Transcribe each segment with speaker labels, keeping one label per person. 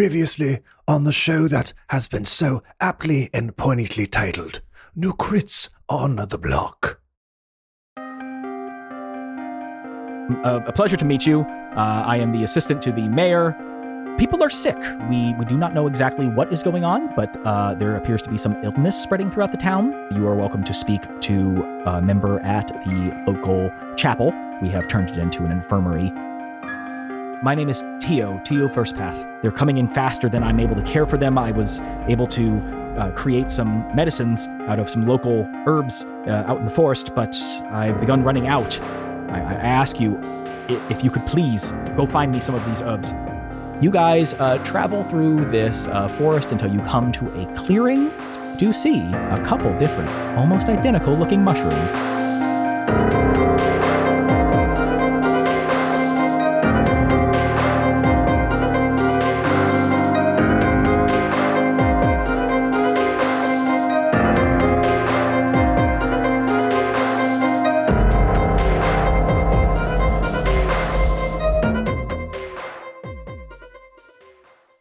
Speaker 1: Previously on the show that has been so aptly and poignantly titled New Crits on the Block.
Speaker 2: a, a pleasure to meet you. Uh, I am the assistant to the mayor. People are sick. We, we do not know exactly what is going on, but uh, there appears to be some illness spreading throughout the town. You are welcome to speak to a member at the local chapel. We have turned it into an infirmary. My name is Tio, Tio First Path. They're coming in faster than I'm able to care for them. I was able to uh, create some medicines out of some local herbs uh, out in the forest, but I've begun running out. I, I ask you i- if you could please go find me some of these herbs. You guys uh, travel through this uh, forest until you come to a clearing. Do see a couple different, almost identical looking mushrooms.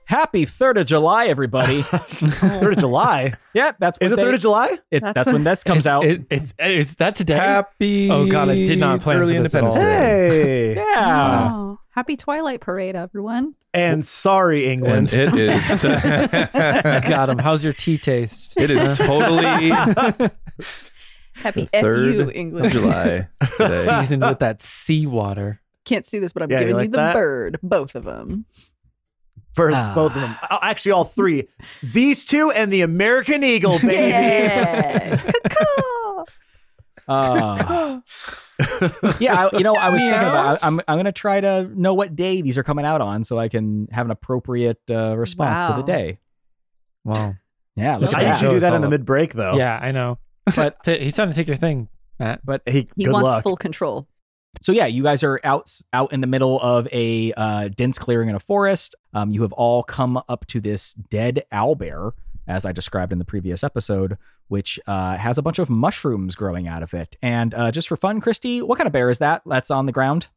Speaker 2: Happy 3rd of July, everybody.
Speaker 3: Third of July.
Speaker 2: yeah, that's when
Speaker 3: Is it
Speaker 2: they-
Speaker 3: Third of July?
Speaker 2: it's, that's,
Speaker 4: That's
Speaker 2: when this comes
Speaker 4: It's-
Speaker 2: out.
Speaker 4: It, it's is that today?
Speaker 5: Happy.
Speaker 4: Oh, God, I did not plan for
Speaker 5: early
Speaker 4: this at
Speaker 5: Independence
Speaker 4: all.
Speaker 5: Day.
Speaker 3: Hey.
Speaker 6: Uh,
Speaker 2: yeah.
Speaker 4: Wow.
Speaker 6: Oh, Happy Twilight Parade, everyone.
Speaker 3: And sorry,
Speaker 5: And
Speaker 3: England.
Speaker 5: it is.
Speaker 4: Got him. How's your tea taste?
Speaker 5: it is totally
Speaker 6: Happy
Speaker 5: third
Speaker 6: England.
Speaker 5: of July today.
Speaker 4: Seasoned with that seawater.
Speaker 6: Can't see this, but I'm
Speaker 3: Yeah, you
Speaker 6: giving you
Speaker 3: like
Speaker 6: the
Speaker 3: that?
Speaker 6: bird, both of them.
Speaker 3: for
Speaker 4: Ah.
Speaker 3: both of them. Oh, Actually, all three. These two and the American Eagle, baby.
Speaker 6: Yeah. Caw-caw.
Speaker 2: Uh, yeah, I, you know, I was thinking about I, am I'm gonna try to know what day these are coming out on so I can have an appropriate uh, response to the
Speaker 6: Wow.
Speaker 2: day.
Speaker 4: Wow.
Speaker 2: Yeah, look
Speaker 4: Just
Speaker 2: at
Speaker 3: I
Speaker 4: like
Speaker 2: that.
Speaker 3: usually
Speaker 4: Show
Speaker 3: do
Speaker 4: us
Speaker 3: that
Speaker 4: all
Speaker 3: in the
Speaker 4: up.
Speaker 3: mid break,
Speaker 6: Oh.
Speaker 3: though.
Speaker 4: Yeah, I know.
Speaker 2: But-
Speaker 4: T- he's trying to take your thing, Matt.
Speaker 3: Hey,
Speaker 6: He
Speaker 3: good
Speaker 6: wants
Speaker 3: luck.
Speaker 6: full control.
Speaker 2: So yeah, you guys are out out in the middle of a uh, dense clearing in a forest. Um, you have all come up to this dead owlbear, as I described in the previous episode, which uh, has a bunch of mushrooms growing out of it. And uh, just for fun, Christy, what kind of bear is that? That's on the ground.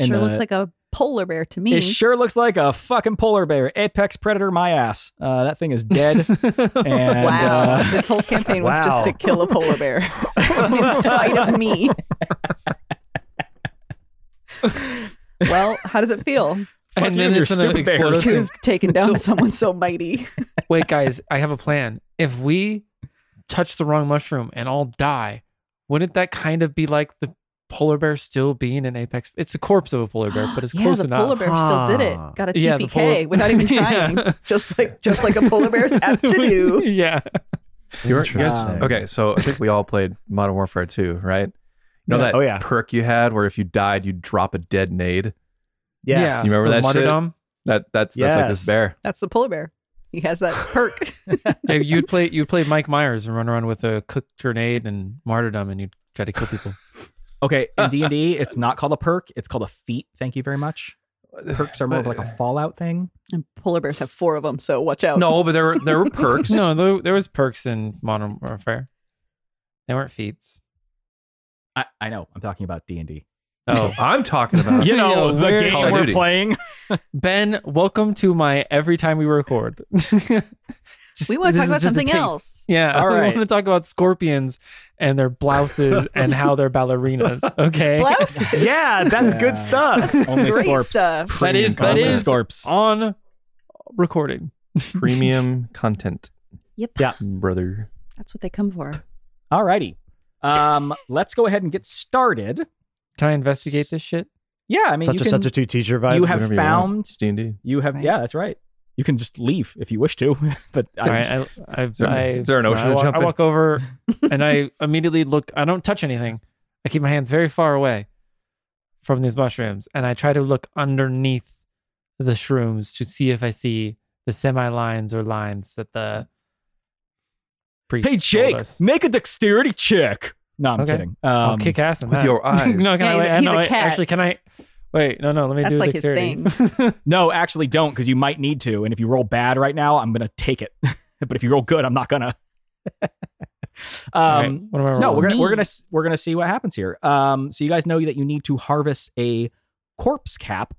Speaker 2: And,
Speaker 6: sure looks
Speaker 2: uh,
Speaker 6: like a polar bear to me.
Speaker 2: It sure looks like a fucking polar bear, apex predator. My ass, uh, that thing is dead. and,
Speaker 6: wow.
Speaker 2: uh,
Speaker 6: This whole campaign was
Speaker 3: Wow.
Speaker 6: just to kill a polar bear in spite of me. well, how does it feel
Speaker 2: Fuck
Speaker 4: and
Speaker 2: you
Speaker 4: then
Speaker 2: and your
Speaker 4: it's an
Speaker 2: stupid bears.
Speaker 6: to have
Speaker 4: explosive.
Speaker 6: taken down
Speaker 4: So-
Speaker 6: someone so mighty?
Speaker 4: Wait, guys, I have a plan. If we touch the wrong mushroom and all die, wouldn't that kind of be like the polar bear still being an apex? It's the corpse of a polar bear, but it's
Speaker 6: yeah,
Speaker 4: close
Speaker 6: the
Speaker 4: enough.
Speaker 6: polar bear still did it.
Speaker 3: Ah.
Speaker 6: Got a TPK
Speaker 4: Yeah, the polar-
Speaker 6: without even trying.
Speaker 4: Yeah.
Speaker 6: Just like just like a polar bear's apt to do.
Speaker 4: yeah.
Speaker 5: You weren't- you guys-
Speaker 2: Interesting.
Speaker 5: okay, so I think we all played Modern Warfare 2, right? You know
Speaker 4: Yeah.
Speaker 5: that
Speaker 3: Oh, yeah.
Speaker 5: perk you had where if you died, you'd drop a dead nade?
Speaker 4: Yeah.
Speaker 3: Yes.
Speaker 5: You remember
Speaker 4: The
Speaker 5: that shit?
Speaker 4: martyrdom?
Speaker 5: That That's, that's like
Speaker 3: Yes.
Speaker 5: this bear.
Speaker 6: That's the polar bear. He has that perk.
Speaker 4: Yeah, you'd play you'd play Mike Myers and run around with a cooked grenade and martyrdom and you'd try to kill people.
Speaker 2: Okay, in D and D, it's not called a perk; it's called a feat. Thank you very much. Perks are more of like a Fallout thing.
Speaker 6: and polar bears have four of them, so watch out.
Speaker 5: No, but there were, there were perks.
Speaker 4: no, there, there was perks in Modern Warfare. They weren't feats.
Speaker 2: I, I know. I'm talking about D and D.
Speaker 5: Oh, I'm talking about
Speaker 4: You know, the game
Speaker 5: Call of we're Duty.
Speaker 2: playing.
Speaker 4: Ben, welcome to my every time we record. Just-
Speaker 6: we want
Speaker 4: this
Speaker 6: to talk
Speaker 4: is
Speaker 6: about
Speaker 4: just a
Speaker 6: something
Speaker 4: taste.
Speaker 6: else.
Speaker 4: Yeah,
Speaker 2: All
Speaker 4: All right.
Speaker 2: right.
Speaker 4: we want to talk about scorpions and their blouses and how they're ballerinas. Okay,
Speaker 6: Blouses.
Speaker 3: Yeah, that's good stuff.
Speaker 2: Only
Speaker 6: Great
Speaker 2: Scorps.
Speaker 6: stuff. That
Speaker 2: Premium
Speaker 4: is- that
Speaker 2: content.
Speaker 4: is-
Speaker 2: Scorps.
Speaker 4: on recording.
Speaker 5: premium content,
Speaker 6: Yep.
Speaker 3: Yeah.
Speaker 5: brother.
Speaker 6: That's what they come for.
Speaker 2: Alrighty. Um, let's go ahead and get started.
Speaker 4: Can I investigate this shit?
Speaker 2: Yeah, I mean,
Speaker 3: such
Speaker 2: you
Speaker 3: a
Speaker 2: can,
Speaker 3: such a two teacher vibe.
Speaker 2: you have
Speaker 5: Whatever want.
Speaker 2: found.
Speaker 5: It's D&D.
Speaker 2: You have.
Speaker 6: Right.
Speaker 2: Yeah, that's right. You can just leave if you wish to, but
Speaker 4: All
Speaker 2: I,
Speaker 4: right, I, I,
Speaker 5: there-
Speaker 4: I,
Speaker 5: is there an ocean
Speaker 4: I,
Speaker 5: to
Speaker 4: walk,
Speaker 5: jump
Speaker 4: I
Speaker 5: in?
Speaker 4: walk over and I immediately look. I don't touch anything. I keep my hands very far away from these mushrooms, and I try to look underneath the shrooms to see if I see the semi lines or lines that the priest.
Speaker 2: hey
Speaker 4: told
Speaker 2: Jake,
Speaker 4: us.
Speaker 2: make a dexterity check. No, I'm
Speaker 4: Okay.
Speaker 2: kidding.
Speaker 4: I'll
Speaker 2: Um,
Speaker 4: kick ass in
Speaker 5: With
Speaker 4: that.
Speaker 5: your
Speaker 4: no,
Speaker 5: eyes.
Speaker 4: can
Speaker 6: Yeah,
Speaker 4: I?
Speaker 6: he's
Speaker 4: Wait,
Speaker 6: a- he's
Speaker 4: no,
Speaker 6: a
Speaker 4: wait,
Speaker 6: cat.
Speaker 4: Actually, can I? Wait, no, no. Let me
Speaker 6: That's
Speaker 4: do
Speaker 6: like his
Speaker 4: dexterity.
Speaker 2: No, actually, don't because you might need to. And if you roll bad right now, I'm gonna take it. but if you roll good, I'm not gonna.
Speaker 4: All right,
Speaker 2: um,
Speaker 4: what am I
Speaker 2: no,
Speaker 4: rolling?
Speaker 2: we're gonna we're
Speaker 6: Me.
Speaker 2: gonna s- we're gonna see what happens here. Um, so you guys know that you need to harvest a corpse cap.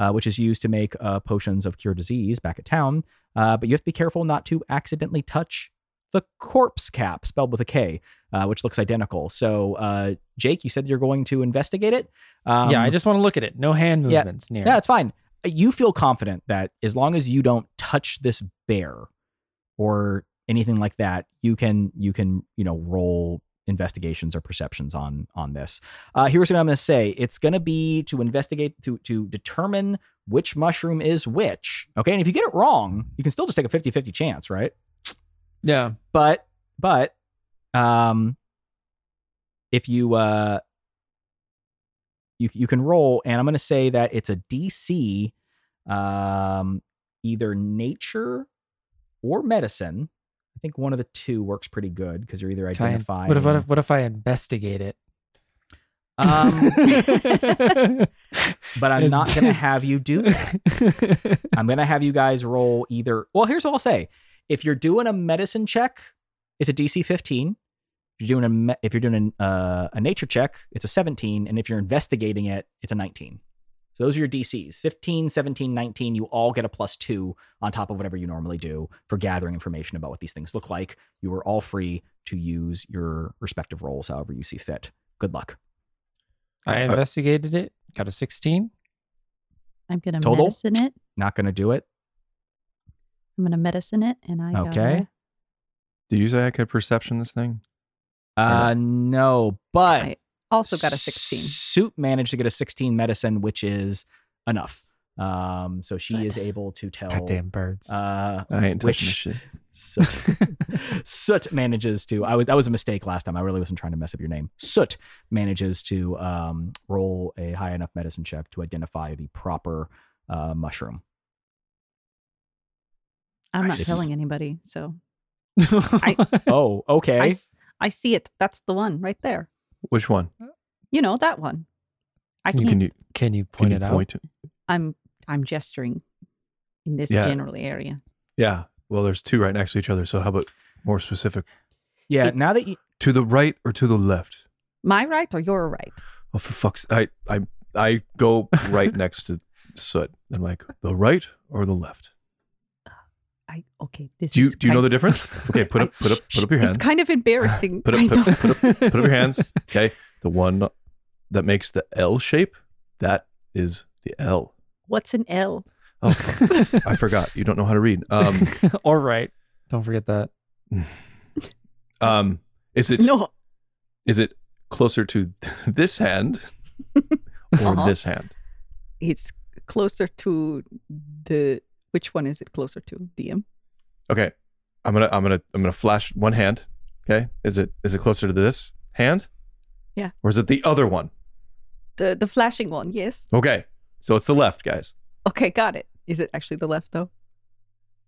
Speaker 2: uh, which is used to make uh, potions of cure disease back at town. Uh, but you have to be careful not to accidentally touch the corpse cap, spelled with a K, uh, which looks identical. So, uh, Jake, you said you're going to investigate it. Um,
Speaker 4: yeah, I just want to look at it. No hand
Speaker 2: yeah.
Speaker 4: movements near.
Speaker 2: yeah, it's fine. You feel confident that as long as you don't touch this bear or anything like that, you can you can you know roll investigations or perceptions on on this. Uh, here's what I'm going to say: it's going to be to investigate to to determine which mushroom is which. Okay, and if you get it wrong, you can still just take a 50-50 chance, right?
Speaker 4: yeah.
Speaker 2: but but um if you uh you you can roll and i'm going to say that it's a dc um either nature or medicine i think one of the two works pretty good because you're either
Speaker 4: Can I-
Speaker 2: identifying
Speaker 4: What if, what if what if I investigate it?
Speaker 2: um but i'm
Speaker 4: Is-
Speaker 2: not going to have you do that I'm gonna have you guys roll either. Well, here's what I'll say: if you're doing a medicine check, it's a DC 15. If you're doing a me- if you're doing an, uh, a nature check, it's a 17, and if you're investigating it, it's a 19. So those are your DCs: 15, 17, 19. You all get a plus two on top of whatever you normally do for gathering information about what these things look like. You are all free to use your respective roles however you see fit. Good luck.
Speaker 4: I investigated it. Got a sixteen.
Speaker 6: I'm gonna
Speaker 2: Total?
Speaker 6: medicine it.
Speaker 2: Not gonna do it.
Speaker 6: I'm gonna medicine it, and I
Speaker 2: Okay.
Speaker 5: Did you say I could perception this thing?
Speaker 2: Uh, no, but.
Speaker 6: I also got a sixteen.
Speaker 2: Suit managed to get a 16 medicine, which is enough. Um, so she
Speaker 6: Good.
Speaker 2: is able to tell.
Speaker 4: Goddamn birds.
Speaker 2: Uh,
Speaker 5: I ain't touching
Speaker 2: Which-
Speaker 5: this shit.
Speaker 2: Soot, Soot manages to. I was that was a mistake last time. I really wasn't trying to mess up your name. Soot manages to um, roll a high enough medicine check to identify the proper uh, mushroom.
Speaker 6: I'm not
Speaker 2: Nice.
Speaker 6: telling anybody, so
Speaker 2: Oh, okay.
Speaker 6: I, s- I see it. That's the one right there.
Speaker 5: Which one?
Speaker 6: You know that one. I
Speaker 5: You
Speaker 6: can't.
Speaker 5: can you,
Speaker 4: Can you
Speaker 5: can
Speaker 4: point
Speaker 5: you
Speaker 4: it
Speaker 5: point to?
Speaker 6: I'm I'm gesturing in this
Speaker 5: Yeah.
Speaker 6: general area.
Speaker 5: Yeah. Well, there's two right next to each other. So how about more specific?
Speaker 2: yeah. Now that
Speaker 6: it's-
Speaker 2: you,
Speaker 5: To the right or to the left?
Speaker 6: My right or your right?
Speaker 5: Oh, for fuck's I I I go right next to soot. I'm like the right or the left.
Speaker 6: I okay. This
Speaker 5: Do you
Speaker 6: is
Speaker 5: do you know
Speaker 6: kind-
Speaker 5: the difference? Okay, put up put up put up your hands.
Speaker 6: It's kind of embarrassing.
Speaker 5: Put
Speaker 6: I
Speaker 5: up put,
Speaker 6: don't-
Speaker 5: up- put up put up your hands. Okay, the one that makes the L shape that is the L.
Speaker 6: What's an L?
Speaker 5: Oh, fuck. I forgot. You don't know how to read. Um,
Speaker 4: out? or right? Don't forget that.
Speaker 5: um, is it is
Speaker 6: No,
Speaker 5: it closer to this hand or
Speaker 6: Uh-huh.
Speaker 5: this hand?
Speaker 6: it's closer to the. Which one is it closer to? DM.
Speaker 5: Okay, I'm gonna I'm gonna I'm gonna flash one hand. Okay, is it is it closer to this hand?
Speaker 6: Yeah.
Speaker 5: Or is it the other one?
Speaker 6: The the flashing one. Yes.
Speaker 5: Okay, so it's the left, guys.
Speaker 6: Okay, got it. Is it actually the left though?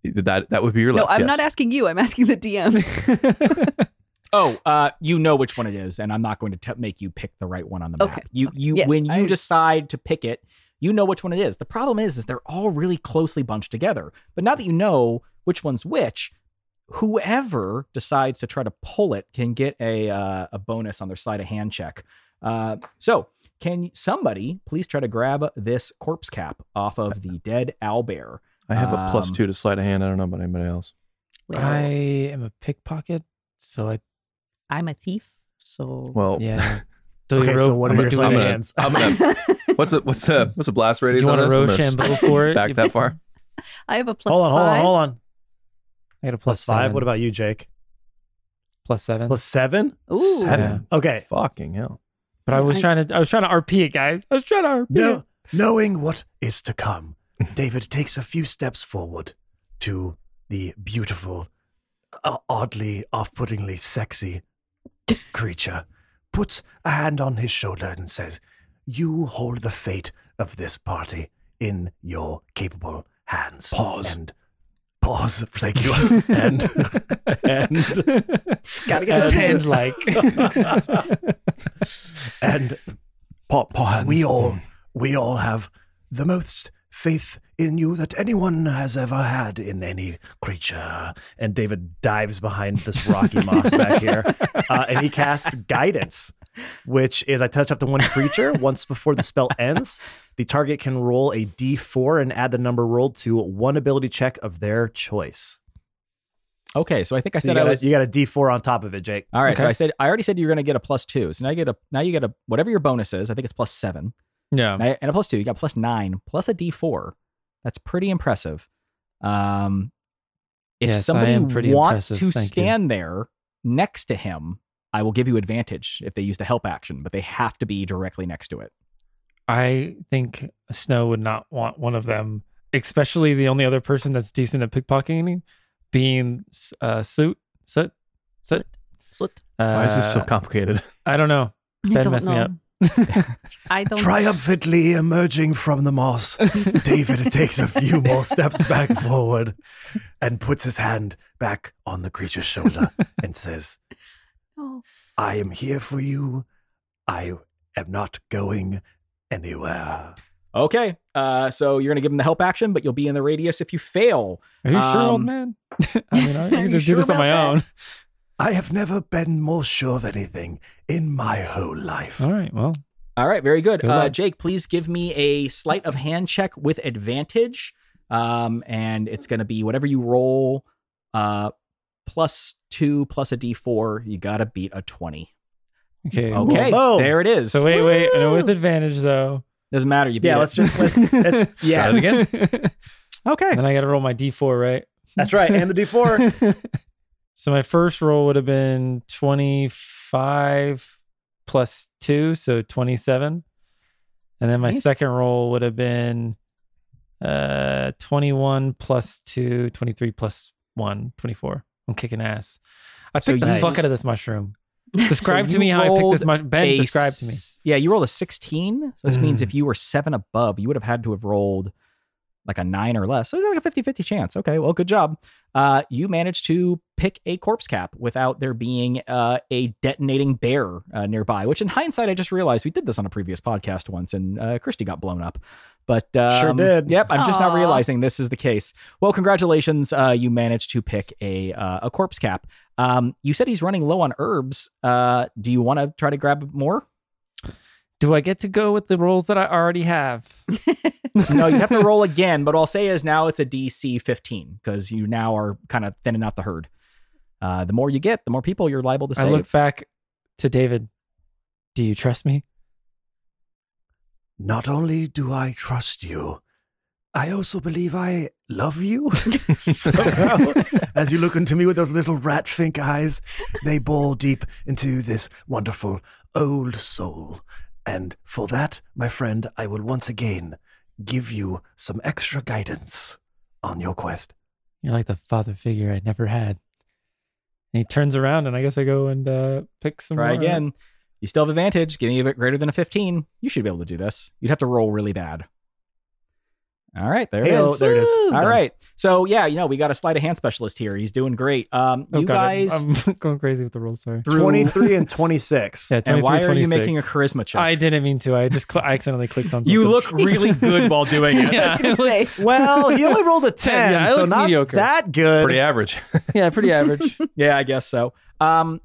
Speaker 5: That that would be your
Speaker 6: no,
Speaker 5: left.
Speaker 6: I'm not
Speaker 5: yes.
Speaker 6: asking you. I'm asking the DM.
Speaker 2: oh, uh, you know which one it is, and I'm not going to t- make you pick the right one on the map.
Speaker 6: Okay.
Speaker 2: You you
Speaker 6: Yes,
Speaker 2: when you
Speaker 6: I-
Speaker 2: decide to pick it, you know which one it is. The problem is, is they're all really closely bunched together. But now that you know which one's which, whoever decides to try to pull it can get a uh, a bonus on their sleight of hand check. Uh, so. Can somebody please try to grab this corpse cap off of the dead owlbear?
Speaker 5: I have a plus
Speaker 2: Um,
Speaker 5: two to slide a hand. I don't know about anybody else.
Speaker 4: I am a pickpocket, so I
Speaker 6: I'm a thief, so
Speaker 5: Well,
Speaker 4: yeah. Do
Speaker 1: Okay, so what
Speaker 4: I'm
Speaker 1: are
Speaker 4: gonna
Speaker 1: your
Speaker 4: do
Speaker 5: Oh. I'm
Speaker 4: it
Speaker 1: sleight of
Speaker 5: gonna,
Speaker 1: hands?
Speaker 5: I'm gonna What's a what's a what's a blast
Speaker 4: Do
Speaker 5: radius?
Speaker 4: you
Speaker 5: on
Speaker 4: want a
Speaker 5: this? I'm gonna
Speaker 4: Rochambeau for it?
Speaker 5: Back
Speaker 4: You-
Speaker 5: that far?
Speaker 6: I have a plus
Speaker 1: Hold on, hold
Speaker 6: five.
Speaker 1: on, hold on.
Speaker 4: I got a plus
Speaker 1: Plus five.
Speaker 4: seven.
Speaker 1: What about you, Jake?
Speaker 4: plus seven?
Speaker 1: Plus seven?
Speaker 6: Ooh,
Speaker 5: Seven.
Speaker 1: Okay.
Speaker 5: Fucking hell!
Speaker 4: But I was
Speaker 6: I-
Speaker 4: trying to I was trying to RP it, guys. I was trying to RP it.
Speaker 1: No, knowing what is to come, David takes a few steps forward to the beautiful, uh, oddly, off-puttingly sexy creature, puts a hand on his shoulder and says, "You hold the fate of this party in your capable hands."
Speaker 5: Pause.
Speaker 1: And pause. Thank you. and and
Speaker 6: gotta get
Speaker 1: And-
Speaker 6: the hand.
Speaker 4: And like
Speaker 1: and
Speaker 5: Paw, paw hands.
Speaker 1: We all we all have the most faith in you that anyone has ever had in any creature. And David dives behind this rocky moss back here, uh, and he casts guidance
Speaker 3: which is I touch up to one creature once before the spell ends. The target can roll a d4 and add the number rolled to one ability check of their choice.
Speaker 2: Okay, so I think I
Speaker 3: So
Speaker 2: said
Speaker 3: you, got
Speaker 2: I
Speaker 3: a,
Speaker 2: was.
Speaker 3: you got a d4 on top of it, Jake.
Speaker 2: all right, so
Speaker 4: Okay.
Speaker 2: I said I already said you were going to get a plus two. So now you get a now you get a whatever your bonus is. I think it's plus seven.
Speaker 4: Yeah.
Speaker 2: and, I- and a plus two. You got plus nine, plus a D four. That's pretty impressive. Um, if
Speaker 4: Yes, I
Speaker 2: somebody
Speaker 4: am pretty
Speaker 2: wants to
Speaker 4: impressive. Thank you.
Speaker 2: stand there next to him, I will give you advantage if they use the help action, but they have to be directly next to it.
Speaker 4: I think Snow would not want one of them, especially the only other person that's decent at pickpocketing being uh, Suit. Soot? Soot?
Speaker 6: So
Speaker 4: Uh,
Speaker 5: Why is this so complicated?
Speaker 4: I don't know.
Speaker 6: I
Speaker 4: Ben
Speaker 6: don't
Speaker 4: messed me
Speaker 6: know.
Speaker 4: up.
Speaker 6: I don't.
Speaker 1: Triumphantly emerging from the moss, David takes a few more steps back forward and puts his hand back on the creature's shoulder and says,
Speaker 6: know.
Speaker 1: I am here for you. I am not going anywhere.
Speaker 2: Okay, uh, so you're gonna give them the help action, but you'll be in the radius if you fail.
Speaker 4: Are you sure, old
Speaker 2: Um,
Speaker 4: man? I mean, I
Speaker 6: Are you
Speaker 4: can just
Speaker 6: sure
Speaker 4: do this on
Speaker 6: about
Speaker 4: my
Speaker 6: that?
Speaker 1: I have never been more sure of anything in my whole life.
Speaker 4: own. All right. Well,
Speaker 2: All right, very good.
Speaker 4: Good
Speaker 2: uh,
Speaker 4: luck.
Speaker 2: Jake, please give me a sleight of hand check with advantage. Um, and it's going to be whatever you roll uh, plus two plus a d4. You got to beat a 20.
Speaker 4: okay.
Speaker 2: Okay,
Speaker 3: Boom.
Speaker 2: there it is.
Speaker 4: So wait, wait. I know with advantage though.
Speaker 2: Doesn't matter. You beat
Speaker 3: Yeah,
Speaker 2: it.
Speaker 3: let's just let's, let's
Speaker 5: Try it
Speaker 3: yeah.
Speaker 5: again.
Speaker 2: Okay.
Speaker 4: Then I got to roll my d4, right?
Speaker 3: That's right. And the d4.
Speaker 4: so my first roll would have been 25 plus 2 so 27 and then my
Speaker 6: Nice.
Speaker 4: second roll would have been uh 21 plus 2 23 plus 1 24 i'm kicking ass i
Speaker 2: So
Speaker 4: took the
Speaker 2: nice.
Speaker 4: fuck out of this mushroom describe
Speaker 2: So
Speaker 4: to me
Speaker 2: you
Speaker 4: how i picked
Speaker 2: rolled
Speaker 4: this mushroom ben
Speaker 2: A
Speaker 4: describe to me
Speaker 2: s- Yeah, you rolled a 16. So this means
Speaker 4: Mm.
Speaker 2: if you were seven above, you would have had to have rolled like a nine or less. So it's like a 50 50 chance. Okay, well, good job. Uh, you managed to pick a corpse cap without there being uh, a detonating bear uh, nearby, which in hindsight, I just realized we did this on a previous podcast once and uh, Christy got blown up. But um,
Speaker 3: Sure did.
Speaker 2: Yep, I'm just not
Speaker 6: Aw.
Speaker 2: realizing this is the case. Well, congratulations, uh, you managed to pick a uh, a corpse cap. Um, you said he's running low on herbs. Uh, do you want to try to grab more?
Speaker 4: do i get to go with the rolls that i already have
Speaker 2: no, you have to roll again. But what I'll say is now it's a DC 15 because you now are kind of thinning out the herd. Uh, the more you get, the more people you're liable to
Speaker 4: i
Speaker 2: save.
Speaker 4: look back to david do you trust me
Speaker 1: Not only do I trust you, I also believe I love you. Somehow, as you look into me with those little rat fink eyes, they bore deep into this wonderful old soul. And for that, my friend, I will once again give you some extra guidance on your quest.
Speaker 4: You're like the father figure I never had. And he turns around, and I guess I go and uh, pick some.
Speaker 2: Try
Speaker 4: more.
Speaker 2: again. You still have advantage. Give me a bit greater than a 15. You should be able to do this. You'd have to roll really bad. All right, there
Speaker 4: oh,
Speaker 2: it
Speaker 3: Heyo,
Speaker 2: is.
Speaker 3: there it is.
Speaker 6: Woo!
Speaker 2: All right. So yeah, you know, we got a sleight of hand specialist here. He's doing great. Um,
Speaker 4: Oh,
Speaker 2: you
Speaker 4: God, I'm-
Speaker 2: guys
Speaker 4: I'm going crazy with the rolls. Sorry.
Speaker 2: through
Speaker 3: 23 and 26.
Speaker 4: Yeah,
Speaker 2: and
Speaker 4: 23,
Speaker 2: why are you making a
Speaker 4: 26.
Speaker 2: charisma check?
Speaker 4: I didn't mean to. I just cl- I accidentally clicked on.
Speaker 2: you
Speaker 4: something.
Speaker 2: look really good while doing it.
Speaker 4: Yeah,
Speaker 6: I was gonna
Speaker 4: I look-
Speaker 6: say
Speaker 3: Well, he only rolled a 10,
Speaker 4: Ten, yeah, I
Speaker 3: so
Speaker 4: look
Speaker 3: not
Speaker 4: mediocre.
Speaker 3: that good.
Speaker 5: Pretty average.
Speaker 4: yeah, pretty average.
Speaker 2: Yeah, I guess so. Um,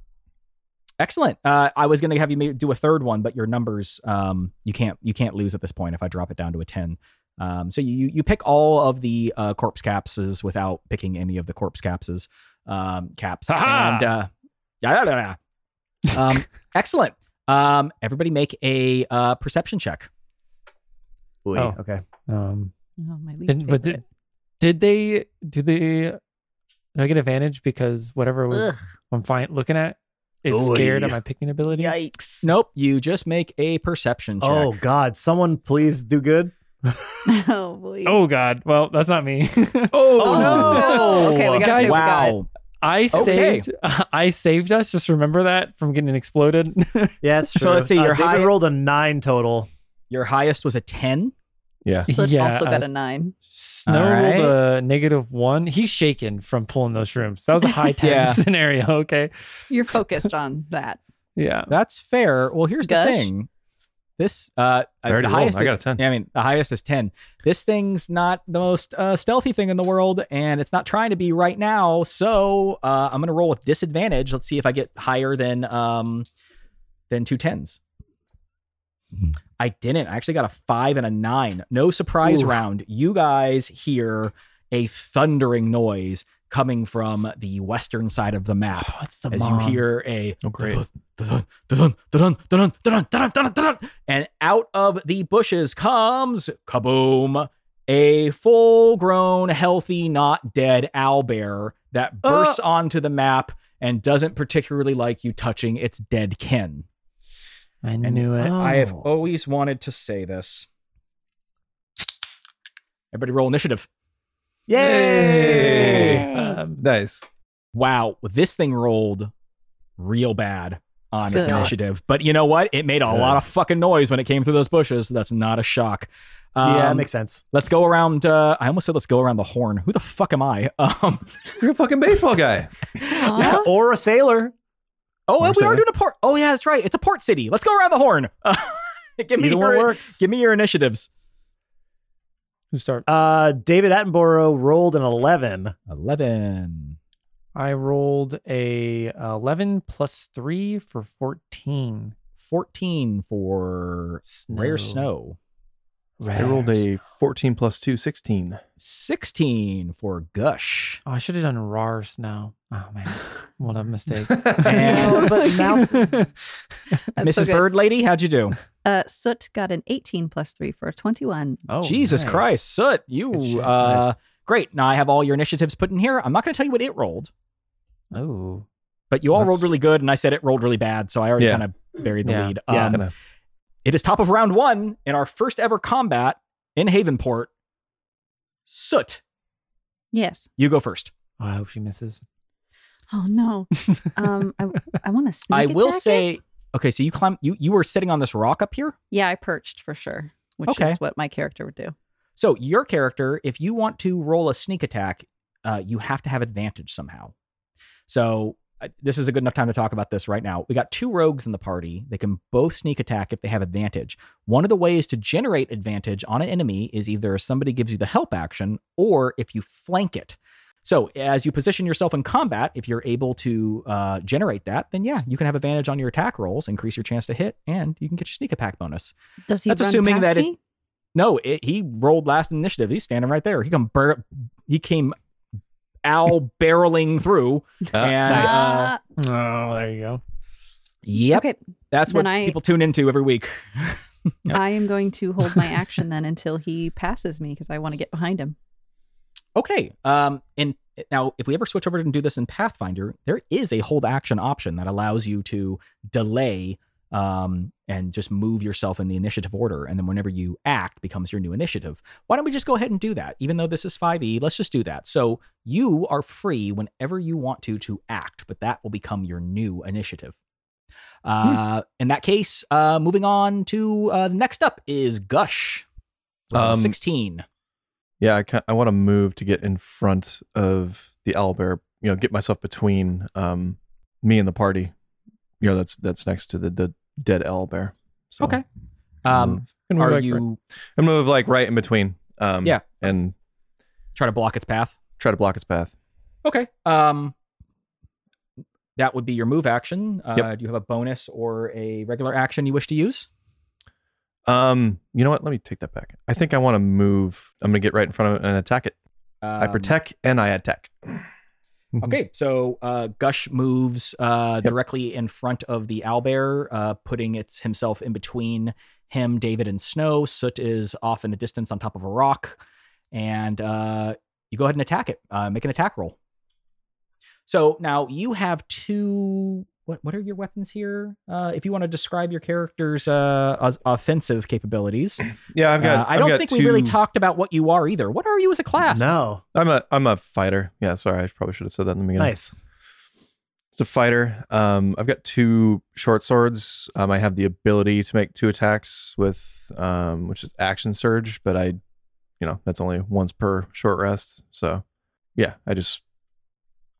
Speaker 2: excellent. Uh, I was gonna have you ma- do a third one, but your numbers, um, you can't you can't lose at this point if I drop it down to a ten. Um, so you you pick all of the uh, corpse capses without picking any of the corpse capses um, caps.
Speaker 4: Ha-ha!
Speaker 2: And uh, yeah, yeah, yeah. Um, excellent. Um, everybody make a uh, perception check.
Speaker 3: Ooh,
Speaker 4: Oh.
Speaker 3: Okay.
Speaker 4: um,
Speaker 6: Oh, my least
Speaker 4: didn't- but did,
Speaker 6: favorite.
Speaker 4: did they? Do they? Do I get advantage because whatever was I'm fine looking at is
Speaker 1: Oy.
Speaker 4: scared at my picking ability?
Speaker 6: Yikes!
Speaker 2: Nope, you just make a perception check.
Speaker 3: Oh God! Someone please do good.
Speaker 6: oh boy.
Speaker 4: Oh God! Well, that's not me.
Speaker 5: Oh,
Speaker 6: Oh, Okay, we gotta
Speaker 4: Guys,
Speaker 6: say what we got.
Speaker 2: wow.
Speaker 4: I
Speaker 2: Okay.
Speaker 4: saved. I saved us. Just remember that from getting exploded.
Speaker 3: Yeah, it's
Speaker 2: So
Speaker 3: true.
Speaker 2: let's see,
Speaker 3: Uh,
Speaker 2: your
Speaker 3: David
Speaker 2: high-
Speaker 3: rolled a nine total.
Speaker 2: Your highest was a 10.
Speaker 5: Yeah.
Speaker 6: So
Speaker 4: Yeah,
Speaker 6: also
Speaker 4: I
Speaker 6: got a
Speaker 4: was-
Speaker 6: nine.
Speaker 4: Snow
Speaker 2: All right.
Speaker 4: rolled a negative one. He's shaken from pulling those shrooms. That was a high tense
Speaker 2: Yeah.
Speaker 4: scenario. Okay.
Speaker 6: You're focused on that.
Speaker 4: Yeah.
Speaker 2: That's fair. Well, here's
Speaker 6: Gush.
Speaker 2: the thing. This uh,
Speaker 5: I
Speaker 2: the
Speaker 5: already rolled.
Speaker 2: highest
Speaker 5: I got a 10.
Speaker 2: yeah, I mean, the highest is ten. This thing's not the most uh, stealthy thing in the world, and it's not trying to be right now. So uh, I'm gonna roll with disadvantage. Let's see if I get higher than um, then two tens.
Speaker 5: Hmm.
Speaker 2: I didn't. I actually got a five and a nine. No surprise
Speaker 4: Oof.
Speaker 2: round. You guys hear a thundering noise coming from the western side of the map
Speaker 4: it's the
Speaker 2: as you hear a
Speaker 5: Oh, great.
Speaker 2: dun, dun, dun, dun, dun, dun, dun, dun, and out of the bushes comes kaboom a full-grown healthy not dead owlbear that
Speaker 4: Uh.
Speaker 2: bursts onto the map and doesn't particularly like you touching its dead kin
Speaker 4: I
Speaker 2: and
Speaker 4: knew it. Oh.
Speaker 2: i have always wanted to say this everybody roll initiative
Speaker 3: Yay!
Speaker 4: Um,
Speaker 5: Nice.
Speaker 2: wow, this thing rolled real bad on its
Speaker 6: Ugh.
Speaker 2: initiative. But you know what? It made a lot of fucking noise when it came through those bushes. so that's not a shock. Um,
Speaker 3: yeah, makes sense.
Speaker 2: let's go around. Uh, I almost said let's go around the horn. Who the fuck am I? Um,
Speaker 5: You're a fucking baseball guy.
Speaker 6: Huh?
Speaker 3: Or a sailor.
Speaker 2: oh,
Speaker 5: Horn
Speaker 2: we are
Speaker 5: sailor.
Speaker 2: doing a port. Oh yeah, that's right. It's a port city. Let's go around the horn. Uh, give me
Speaker 3: Either one
Speaker 2: your,
Speaker 3: works.
Speaker 2: Give me your initiatives.
Speaker 4: who starts?
Speaker 3: Uh, David Attenborough rolled an 11.
Speaker 2: Eleven.
Speaker 4: I rolled a 11 plus 3 for 14.
Speaker 2: 14 for rare snow.
Speaker 5: I rolled a 14 plus 2, 16.
Speaker 2: 16 for gush.
Speaker 4: Oh, I should have done rar snow. Oh, man. What a mistake.
Speaker 2: And
Speaker 3: but mouse is-
Speaker 6: That's so
Speaker 2: Mrs.
Speaker 6: good.
Speaker 2: Bird Lady, how'd you do?
Speaker 6: Uh, Soot got an 18 plus 3 for a 21.
Speaker 4: Oh,
Speaker 2: Jesus
Speaker 4: nice.
Speaker 2: Christ, Soot, you
Speaker 4: Good shit,
Speaker 2: uh
Speaker 4: nice.
Speaker 2: great. Now I have all your initiatives put in here. I'm not gonna tell you what it rolled,
Speaker 4: Oh.
Speaker 2: but you all
Speaker 5: That's-
Speaker 2: rolled really good, and I said it rolled really bad, so I already
Speaker 5: Yeah.
Speaker 2: kind of buried the
Speaker 4: Yeah.
Speaker 2: lead.
Speaker 3: Yeah.
Speaker 2: Um,
Speaker 5: Kinda.
Speaker 2: It is top of round one in our first ever combat in Havenport. Soot,
Speaker 6: Yes.
Speaker 2: you go first.
Speaker 4: Oh, I hope she misses.
Speaker 6: Oh, no. um, I, I want to sneak
Speaker 2: I will
Speaker 6: attack it.
Speaker 2: say Okay, so you climb you you were sitting on this rock up here.
Speaker 6: Yeah, I perched for sure, which
Speaker 2: Okay.
Speaker 6: is what my character would do.
Speaker 2: So your character, if you want to roll a sneak attack, uh, you have to have advantage somehow. So uh, this is a good enough time to talk about this right now. We got two rogues in the party. They can both sneak attack if they have advantage. One of the ways to generate advantage on an enemy is either somebody gives you the help action or if you flank it. So as you position yourself in combat, if you're able to uh, generate that, then yeah, you can have advantage on your attack rolls, increase your chance to hit, and you can get your sneak attack bonus.
Speaker 6: Does he
Speaker 2: That's
Speaker 6: run
Speaker 2: assuming
Speaker 6: past
Speaker 2: that it-
Speaker 6: me?
Speaker 2: No, it, he rolled last initiative. He's standing right there. He come bur- he came owl barreling through.
Speaker 5: Ah,
Speaker 2: and
Speaker 5: nice.
Speaker 2: uh,
Speaker 6: Ah,
Speaker 4: Oh, there you go.
Speaker 2: yep,
Speaker 6: Uh, Okay,
Speaker 2: that's what
Speaker 6: then I-
Speaker 2: people tune into every week.
Speaker 6: I am going to hold my action then until he passes me because I want to get behind him.
Speaker 2: Okay. Um, and now if we ever switch over and do this in Pathfinder, there is a hold action option that allows you to delay um and just move yourself in the initiative order and then whenever you act becomes your new initiative why don't we just go ahead and do that even though this is 5e let's just do that so you are free whenever you want to to act but that will become your new initiative
Speaker 5: Hmm.
Speaker 2: uh in that case uh moving on to uh next up is gush Roll
Speaker 5: Um,
Speaker 2: 16
Speaker 5: Yeah, I, ca- I want to move to get in front of the owlbear, you know, get myself between um, me and the party. You know, that's that's next to the, the dead owlbear. So,
Speaker 2: Okay. um
Speaker 5: move- I'm gonna move
Speaker 2: are
Speaker 5: like
Speaker 2: you
Speaker 5: right- I'm gonna move like right in between. Um,
Speaker 2: Yeah.
Speaker 5: and
Speaker 2: try to block its path.
Speaker 5: try to block its path.
Speaker 2: Okay. Um, that would be your move action. Uh,
Speaker 5: Yep.
Speaker 2: Do you have a bonus or a regular action you wish to use?
Speaker 5: Um, you know what? Let me take that back. I think I want to move. I'm gonna get right in front of it and attack it. I
Speaker 2: Um,
Speaker 5: protect and I attack.
Speaker 2: Okay, so uh, Gush moves uh, directly in front of the owlbear, uh, putting its himself in between him, David, and Snow. Soot is off in the distance on top of a rock, and uh, you go ahead and attack it. Uh, make an attack roll. So now you have two. What what are your weapons here? Uh, if you want to describe your character's uh, os- offensive capabilities,
Speaker 5: Yeah, I've got.
Speaker 2: Uh, I
Speaker 5: I've
Speaker 2: don't
Speaker 5: got
Speaker 2: think
Speaker 5: two,
Speaker 2: we really talked about what you are either. What are you as a class?
Speaker 3: No.
Speaker 5: I'm a I'm a fighter. Yeah, sorry, I probably should have said that in the beginning.
Speaker 3: Nice.
Speaker 5: It's a fighter. Um, I've got two short swords. Um, I have the ability to make two attacks with, um, which is action surge, but I, you know, that's only once per short rest. So, yeah, I just,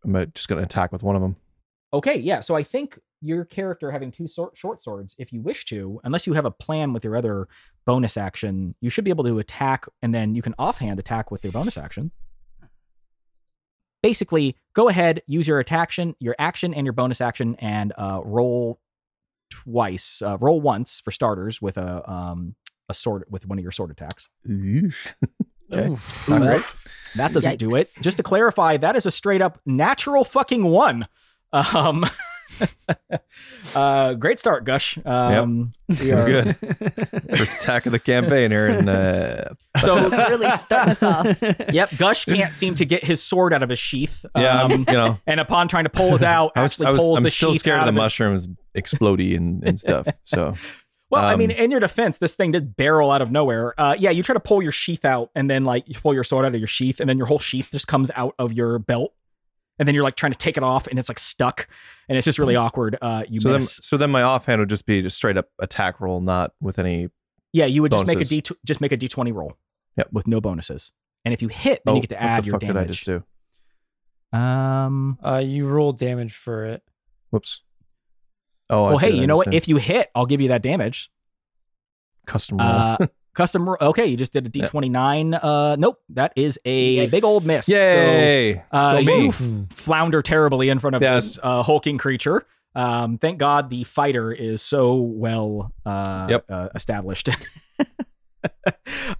Speaker 5: I'm uh, just gonna attack with one of them.
Speaker 2: Okay, yeah. So I think your character having two sor- short swords, if you wish to, unless you have a plan with your other bonus action, you should be able to attack, and then you can offhand attack with your bonus action. Basically, go ahead, use your attack action, your action, and your bonus action, and uh, roll twice. Uh, roll once for starters with a um a sword with one of your sword attacks.
Speaker 5: Oof. Okay.
Speaker 4: Oof.
Speaker 5: All right.
Speaker 2: That doesn't do it.
Speaker 6: Yikes.
Speaker 2: Just to clarify, that is a straight up natural fucking one. Um, uh, great start, Gush. Um, we are-
Speaker 5: Good. First attack of the campaign here, and uh,
Speaker 2: So
Speaker 6: really start us off.
Speaker 2: yep, Gush can't seem to get his sword out of his sheath.
Speaker 5: yeah, I'm-
Speaker 2: Um,
Speaker 5: you know,
Speaker 2: and upon trying to pull his out,
Speaker 5: I was,
Speaker 2: actually
Speaker 5: I was,
Speaker 2: pulls
Speaker 5: I'm
Speaker 2: the
Speaker 5: still
Speaker 2: sheath
Speaker 5: scared
Speaker 2: out
Speaker 5: of the
Speaker 2: of his
Speaker 5: mushrooms explodey and, and stuff. So
Speaker 2: Well, I mean,
Speaker 5: Um,
Speaker 2: in your defense, this thing did barrel out of nowhere. Uh, yeah, you try to pull your sheath out, and then like you pull your sword out of your sheath, and then your whole sheath just comes out of your belt, and then you're like trying to take it off, and it's like stuck, and it's just really awkward. Uh, you
Speaker 5: Hmm. so then,
Speaker 2: miss.
Speaker 5: so then my offhand would just be just straight up attack roll, not with any.
Speaker 2: yeah, you would just
Speaker 5: bonuses.
Speaker 2: make a d just make a d twenty roll.
Speaker 5: Yep.
Speaker 2: with no bonuses, and if you hit, then
Speaker 5: oh,
Speaker 2: you get to add
Speaker 5: what the
Speaker 2: your
Speaker 5: fuck
Speaker 2: damage.
Speaker 5: did I just do?
Speaker 2: Um.
Speaker 4: Uh, you roll damage for it.
Speaker 5: Whoops. Oh, I
Speaker 2: well,
Speaker 5: see
Speaker 2: hey,
Speaker 5: that. I
Speaker 2: you know what?
Speaker 5: understand.
Speaker 2: If you hit, I'll give you that damage.
Speaker 5: custom roll.
Speaker 2: Uh, custom. Okay, you just did a D twenty nine. Uh, nope, that is a
Speaker 6: Yikes.
Speaker 2: big old miss.
Speaker 5: Yay!
Speaker 2: So, uh,
Speaker 5: Go me.
Speaker 2: you f- flounder terribly in front of
Speaker 5: Yeah.
Speaker 2: this uh, hulking creature. Um, thank God the fighter is so well uh,
Speaker 5: Yep.
Speaker 2: uh, established.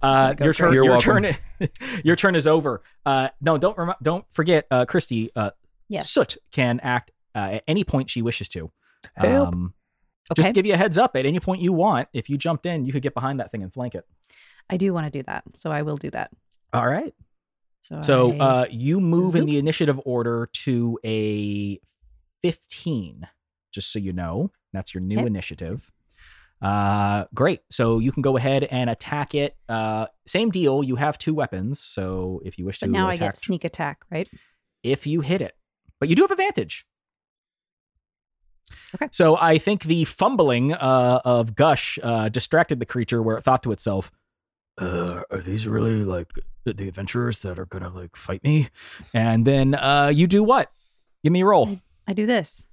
Speaker 2: Uh,
Speaker 6: go
Speaker 2: your turn.
Speaker 5: You're
Speaker 2: your
Speaker 5: welcome.
Speaker 2: turn. your turn is over. Uh, no, don't rem- don't forget, uh, Christy. Uh,
Speaker 6: Yes.
Speaker 2: Soot can act uh, at any point she wishes to.
Speaker 5: Help.
Speaker 2: Um,
Speaker 6: Okay.
Speaker 2: Just to give you a heads up, at any point you want, if you jumped in, you could get behind that thing and flank it.
Speaker 6: I do want to do that, so I will do that.
Speaker 2: All right.
Speaker 6: So,
Speaker 2: So
Speaker 6: I-
Speaker 2: uh, you move in
Speaker 6: Zoop.
Speaker 2: the initiative order to a 15, just so you know. That's your new
Speaker 6: Okay.
Speaker 2: initiative. Uh, great. So you can go ahead and attack it. Uh, same deal. You have two weapons. So if you wish to
Speaker 6: but now I
Speaker 2: attack,
Speaker 6: get sneak attack, right?
Speaker 2: if you hit it, but you do have advantage.
Speaker 6: Okay.
Speaker 2: So I think the fumbling uh, of Gush uh, distracted the creature where it thought to itself,
Speaker 1: Uh, are these really like the adventurers that are gonna like fight me?
Speaker 2: And then uh, you do what? Give me a roll.
Speaker 6: I do this.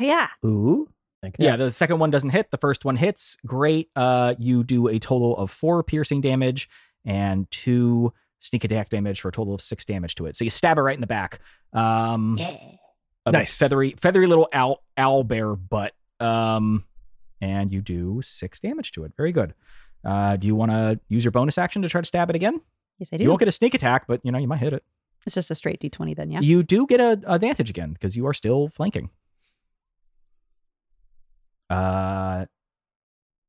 Speaker 6: Yeah.
Speaker 3: Ooh. Thank
Speaker 2: Yeah, the second one doesn't hit. The first one hits. Great. Uh, you do a total of four piercing damage and two sneak attack damage for a total of six damage to it. So you stab it right in the back. Um, of its
Speaker 3: Nice.
Speaker 2: feathery, feathery little owl, owl bear butt. Um, and you do six damage to it. Very good. Uh, do you want to use your bonus action to try to stab it again?
Speaker 6: Yes, I
Speaker 2: You
Speaker 6: do.
Speaker 2: won't get a sneak attack, but you know you might hit it.
Speaker 6: it's just a straight d20 then, yeah?
Speaker 2: You do get a advantage again because you are still flanking. Uh,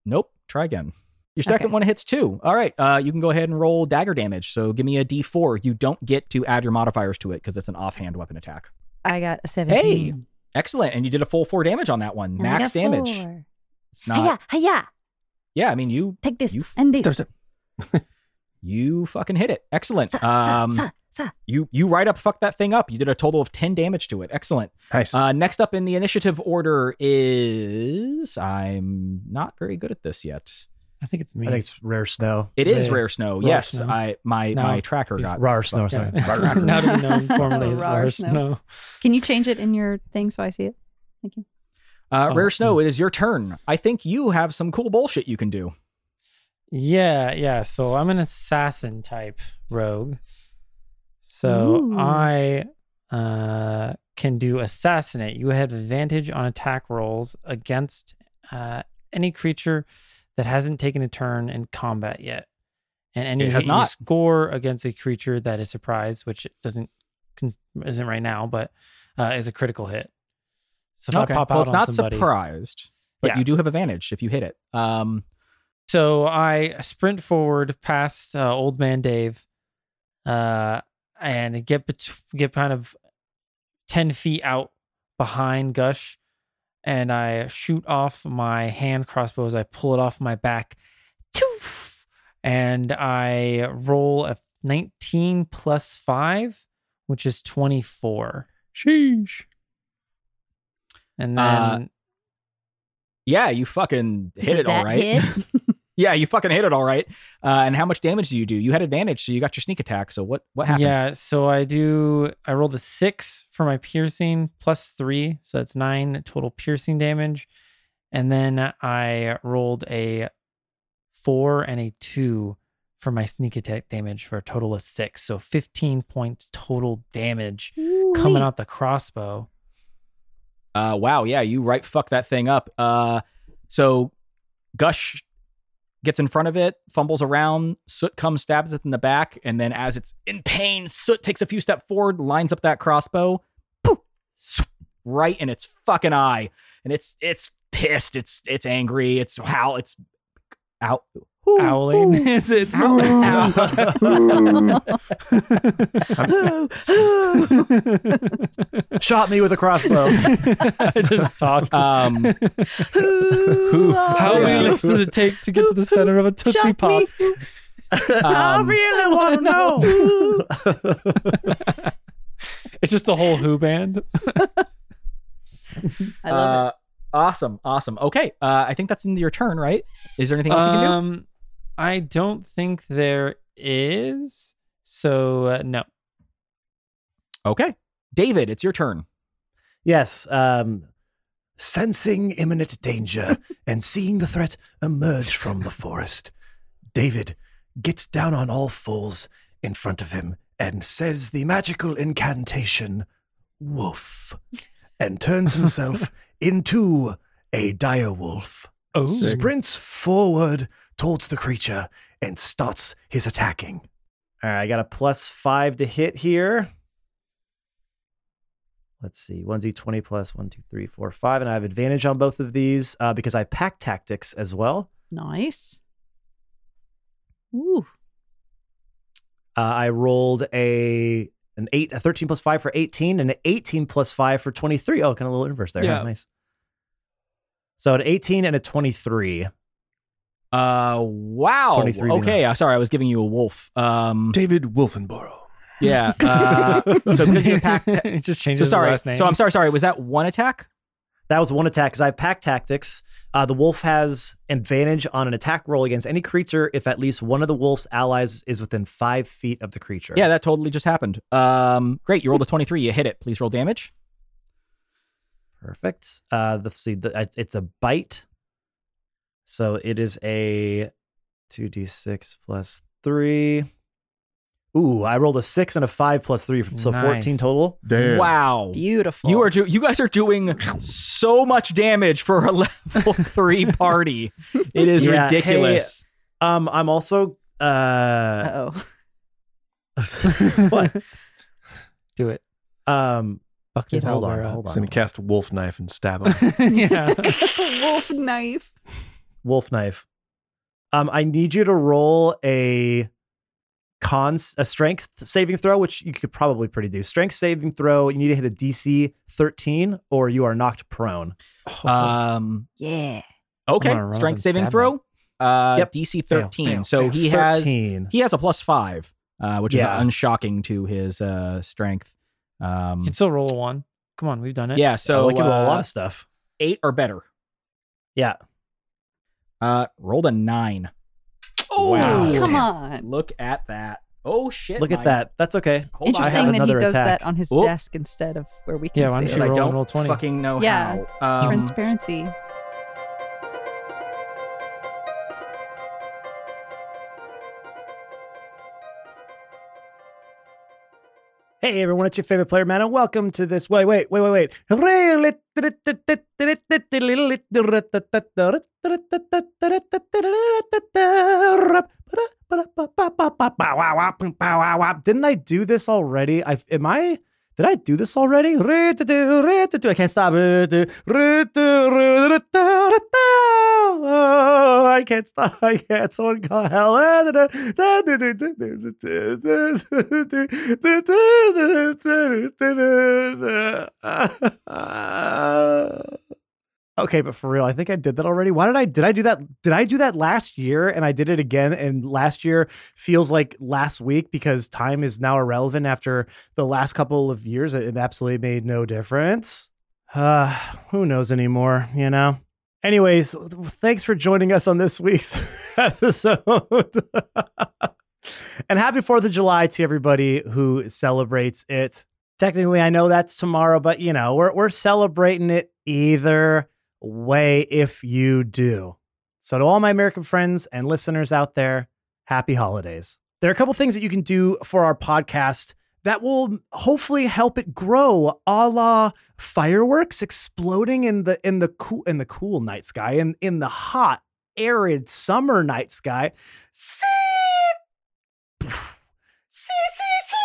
Speaker 2: nope. Try again. Your second
Speaker 6: Okay.
Speaker 2: one hits two. All right. Uh, you can go ahead and roll dagger damage. So give me a D4. You don't get to add your modifiers to it because it's an offhand weapon attack.
Speaker 6: I got a 17.
Speaker 2: Excellent. And you did a full four damage on that one.
Speaker 6: And I
Speaker 2: Max
Speaker 6: got
Speaker 2: damage.
Speaker 6: four.
Speaker 2: It's not.
Speaker 6: Hiya, hiya.
Speaker 2: Yeah. I mean, you
Speaker 6: Take this
Speaker 2: You
Speaker 6: and this.
Speaker 2: you fucking hit it. Excellent.
Speaker 6: Sa, sa,
Speaker 2: Um,
Speaker 6: sa, sa.
Speaker 2: you you right up fucked that thing up. You did a total of ten damage to it. Excellent.
Speaker 5: nice.
Speaker 2: Uh, next up in the initiative order is I'm not very good at this yet.
Speaker 4: I think it's me.
Speaker 3: I think it's rare snow.
Speaker 2: It is
Speaker 4: Yeah.
Speaker 2: rare snow.
Speaker 4: Rare
Speaker 2: yes,
Speaker 4: snow.
Speaker 2: I my
Speaker 4: No.
Speaker 2: my tracker
Speaker 4: Beef-
Speaker 2: got
Speaker 3: Rare
Speaker 2: fucked
Speaker 3: snow.
Speaker 2: up.
Speaker 3: Sorry.
Speaker 4: Yeah.
Speaker 3: Rare-
Speaker 4: Not even known formally as
Speaker 6: Rare
Speaker 4: Rarsh.
Speaker 6: snow.
Speaker 4: No.
Speaker 6: Can you change it in your thing so I see it?
Speaker 2: Uh,
Speaker 4: Oh,
Speaker 2: rare snow. It is your turn. I think you have some cool bullshit you can do.
Speaker 4: Yeah, yeah. So I'm an assassin type rogue. So
Speaker 6: Ooh.
Speaker 4: I uh, can do assassinate. You have advantage on attack rolls against uh, any creature that hasn't taken a turn in combat yet, and any
Speaker 2: It has
Speaker 4: hit you
Speaker 2: not.
Speaker 4: score against a creature that is surprised, which it doesn't con- isn't right now, but uh, is a critical hit. So if I pop
Speaker 2: well,
Speaker 4: out
Speaker 2: it's
Speaker 4: on
Speaker 2: not
Speaker 4: somebody,
Speaker 2: surprised, but
Speaker 4: Yeah.
Speaker 2: you do have advantage if you hit it. Um,
Speaker 4: So I sprint forward past uh, old man Dave, uh, and get bet- get kind of ten feet out behind Gush, and I shoot off my hand crossbows. I pull it off my back, Toof! and I roll a nineteen plus five, which is twenty four,
Speaker 5: Sheesh.
Speaker 4: and then
Speaker 2: Uh, yeah, you fucking hit
Speaker 6: Does
Speaker 2: it all
Speaker 6: that
Speaker 2: right.
Speaker 6: hit?
Speaker 2: yeah, you fucking hit it all right. Uh, and how much damage do you do? You had advantage, so you got your sneak attack. So what what happened?
Speaker 4: Yeah, so I do. I rolled a six for my piercing plus three, so that's nine total piercing damage, and then I rolled a four and a two for my sneak attack damage for a total of six, so fifteen points total damage coming
Speaker 6: Ooh-wee.
Speaker 4: out the crossbow.
Speaker 2: Uh, wow, yeah, you right fuck that thing up. Uh, So Gush gets in front of it, fumbles around. Soot comes, stabs it in the back, and then as it's in pain, Soot takes a few steps forward, lines up that crossbow, poof, swoop, right in its fucking eye, and it's it's pissed, it's it's angry, it's howl, it's out.
Speaker 4: Owling.
Speaker 2: it's it's ow.
Speaker 3: Shot me with a crossbow.
Speaker 4: I just talked.
Speaker 2: um
Speaker 4: How many licks does it take to get to the center of a Tootsie Pop?
Speaker 6: I
Speaker 2: um,
Speaker 6: really want to know.
Speaker 4: It's just a whole Who band.
Speaker 6: I love
Speaker 2: uh, Awesome, awesome. Okay, uh, I think that's in your turn, right? Is there anything else you can do?
Speaker 4: Um, I don't think there is. So uh, no.
Speaker 2: Okay, David, it's your turn.
Speaker 3: yes. Um,
Speaker 1: Sensing imminent danger and seeing the threat emerge from the forest, David gets down on all fours in front of him and says the magical incantation, Wolf, and turns himself into a dire wolf,
Speaker 4: Oh,
Speaker 1: sprints forward towards the creature, and starts his attacking.
Speaker 3: All right, I got a plus five to hit here. Let's see, 1d20 plus 1, 2, 3, 4, 5. And I have advantage on both of these uh, because I pack tactics as well.
Speaker 6: Nice. Ooh.
Speaker 3: Uh, I rolled a an 8, a 13 plus 5 for 18, and an 18 plus 5 for 23. Oh, kind of a little inverse there.
Speaker 4: Yeah.
Speaker 3: Yeah. Nice. So an 18 and a 23.
Speaker 2: Uh, wow.
Speaker 3: 23 to
Speaker 2: Okay, uh, sorry, I was giving you a wolf. Um,
Speaker 5: David Wolfenborough.
Speaker 2: yeah. Uh, so because you attacked.
Speaker 4: it just
Speaker 2: So
Speaker 4: changes the
Speaker 2: sorry.
Speaker 4: last name.
Speaker 2: So I'm sorry. Sorry. Was that one attack?
Speaker 3: That was one attack because I have pack tactics. Uh, the wolf has advantage on an attack roll against any creature if at least one of the wolf's allies is within five feet of the creature.
Speaker 2: Yeah, that totally just happened. Um, great. You rolled a 23. You hit it. Please roll damage.
Speaker 3: perfect. Uh, let's see. The, it- it's a bite, so it is a two d six plus three. Ooh, I rolled a six and a five plus three, so fourteen
Speaker 4: Nice.
Speaker 3: total.
Speaker 5: Damn.
Speaker 2: Wow.
Speaker 6: Beautiful.
Speaker 2: You are do- you guys are doing so much damage for a level three party. It is
Speaker 3: Yeah, hey,
Speaker 2: ridiculous.
Speaker 3: Um, I'm also uh,
Speaker 6: Uh oh.
Speaker 3: what?
Speaker 4: Do it.
Speaker 3: Um,
Speaker 4: Fuck this
Speaker 3: hold on,
Speaker 4: owlbear up.
Speaker 3: hold
Speaker 5: He's gonna
Speaker 3: on.
Speaker 5: cast wolf knife and stab him.
Speaker 4: yeah.
Speaker 6: Wolf knife.
Speaker 3: Wolf knife. Um, I need you to roll a cons a strength saving throw, which you could probably pretty do. Strength saving throw. You need to hit a DC 13, or you are knocked prone.
Speaker 2: Um,
Speaker 6: Yeah.
Speaker 2: okay.
Speaker 4: gonna run up
Speaker 2: Strength
Speaker 4: and
Speaker 2: saving
Speaker 4: stab
Speaker 2: throw. Uh,
Speaker 3: Yep.
Speaker 2: DC
Speaker 4: Fail,
Speaker 2: 13.
Speaker 4: fail,
Speaker 2: so
Speaker 4: fail.
Speaker 2: he has
Speaker 3: 13.
Speaker 2: he has a plus five, uh, which
Speaker 3: Yeah.
Speaker 2: is unshocking to his uh, strength.
Speaker 4: You
Speaker 2: Um,
Speaker 4: can still roll a one. Come on, we've done it.
Speaker 2: yeah, so
Speaker 3: we can roll a lot
Speaker 2: uh,
Speaker 3: of stuff.
Speaker 2: eight or better.
Speaker 3: Yeah.
Speaker 2: Uh, rolled a nine.
Speaker 3: Oh,
Speaker 2: Wow.
Speaker 6: Come on.
Speaker 2: Look at that. Oh shit!
Speaker 3: Look at
Speaker 2: my-
Speaker 3: that. That's okay.
Speaker 2: Hold On.
Speaker 6: Interesting that he
Speaker 3: another
Speaker 6: does
Speaker 3: attack.
Speaker 6: that on his
Speaker 2: Whoop.
Speaker 6: desk instead of where we can
Speaker 4: Yeah, why
Speaker 6: see
Speaker 4: don't
Speaker 2: Because
Speaker 4: you
Speaker 6: it.
Speaker 2: I
Speaker 4: roll and
Speaker 2: don't
Speaker 4: roll 20.
Speaker 2: fucking know
Speaker 6: Yeah.
Speaker 2: how. Um,
Speaker 6: Transparency.
Speaker 3: Hey everyone, it's your favorite player, man, and welcome to this. Wait, wait, wait, wait, wait. Didn't I do this already? I am I? Did I do this already? I can't stop. Oh, I can't stop. I can't. Someone call help. Okay, but for real, I think I did that already. Why did I did I do that? Did I do that last year and I did it again and last year feels like last week because time is now irrelevant after the last couple of years it, it absolutely made no difference. Uh, who knows anymore, you know? Anyways, th- thanks for joining us on this week's episode. and happy 4th of July to everybody who celebrates it. Technically, I know that's tomorrow, but you know, we're we're celebrating it either way if you do. So, to all my American friends and listeners out there, happy holidays. There are a couple things that you can do for our podcast that will hopefully help it grow, a la fireworks exploding in the in the cool in the cool night sky and in, the hot arid summer night sky. See, see, see, see.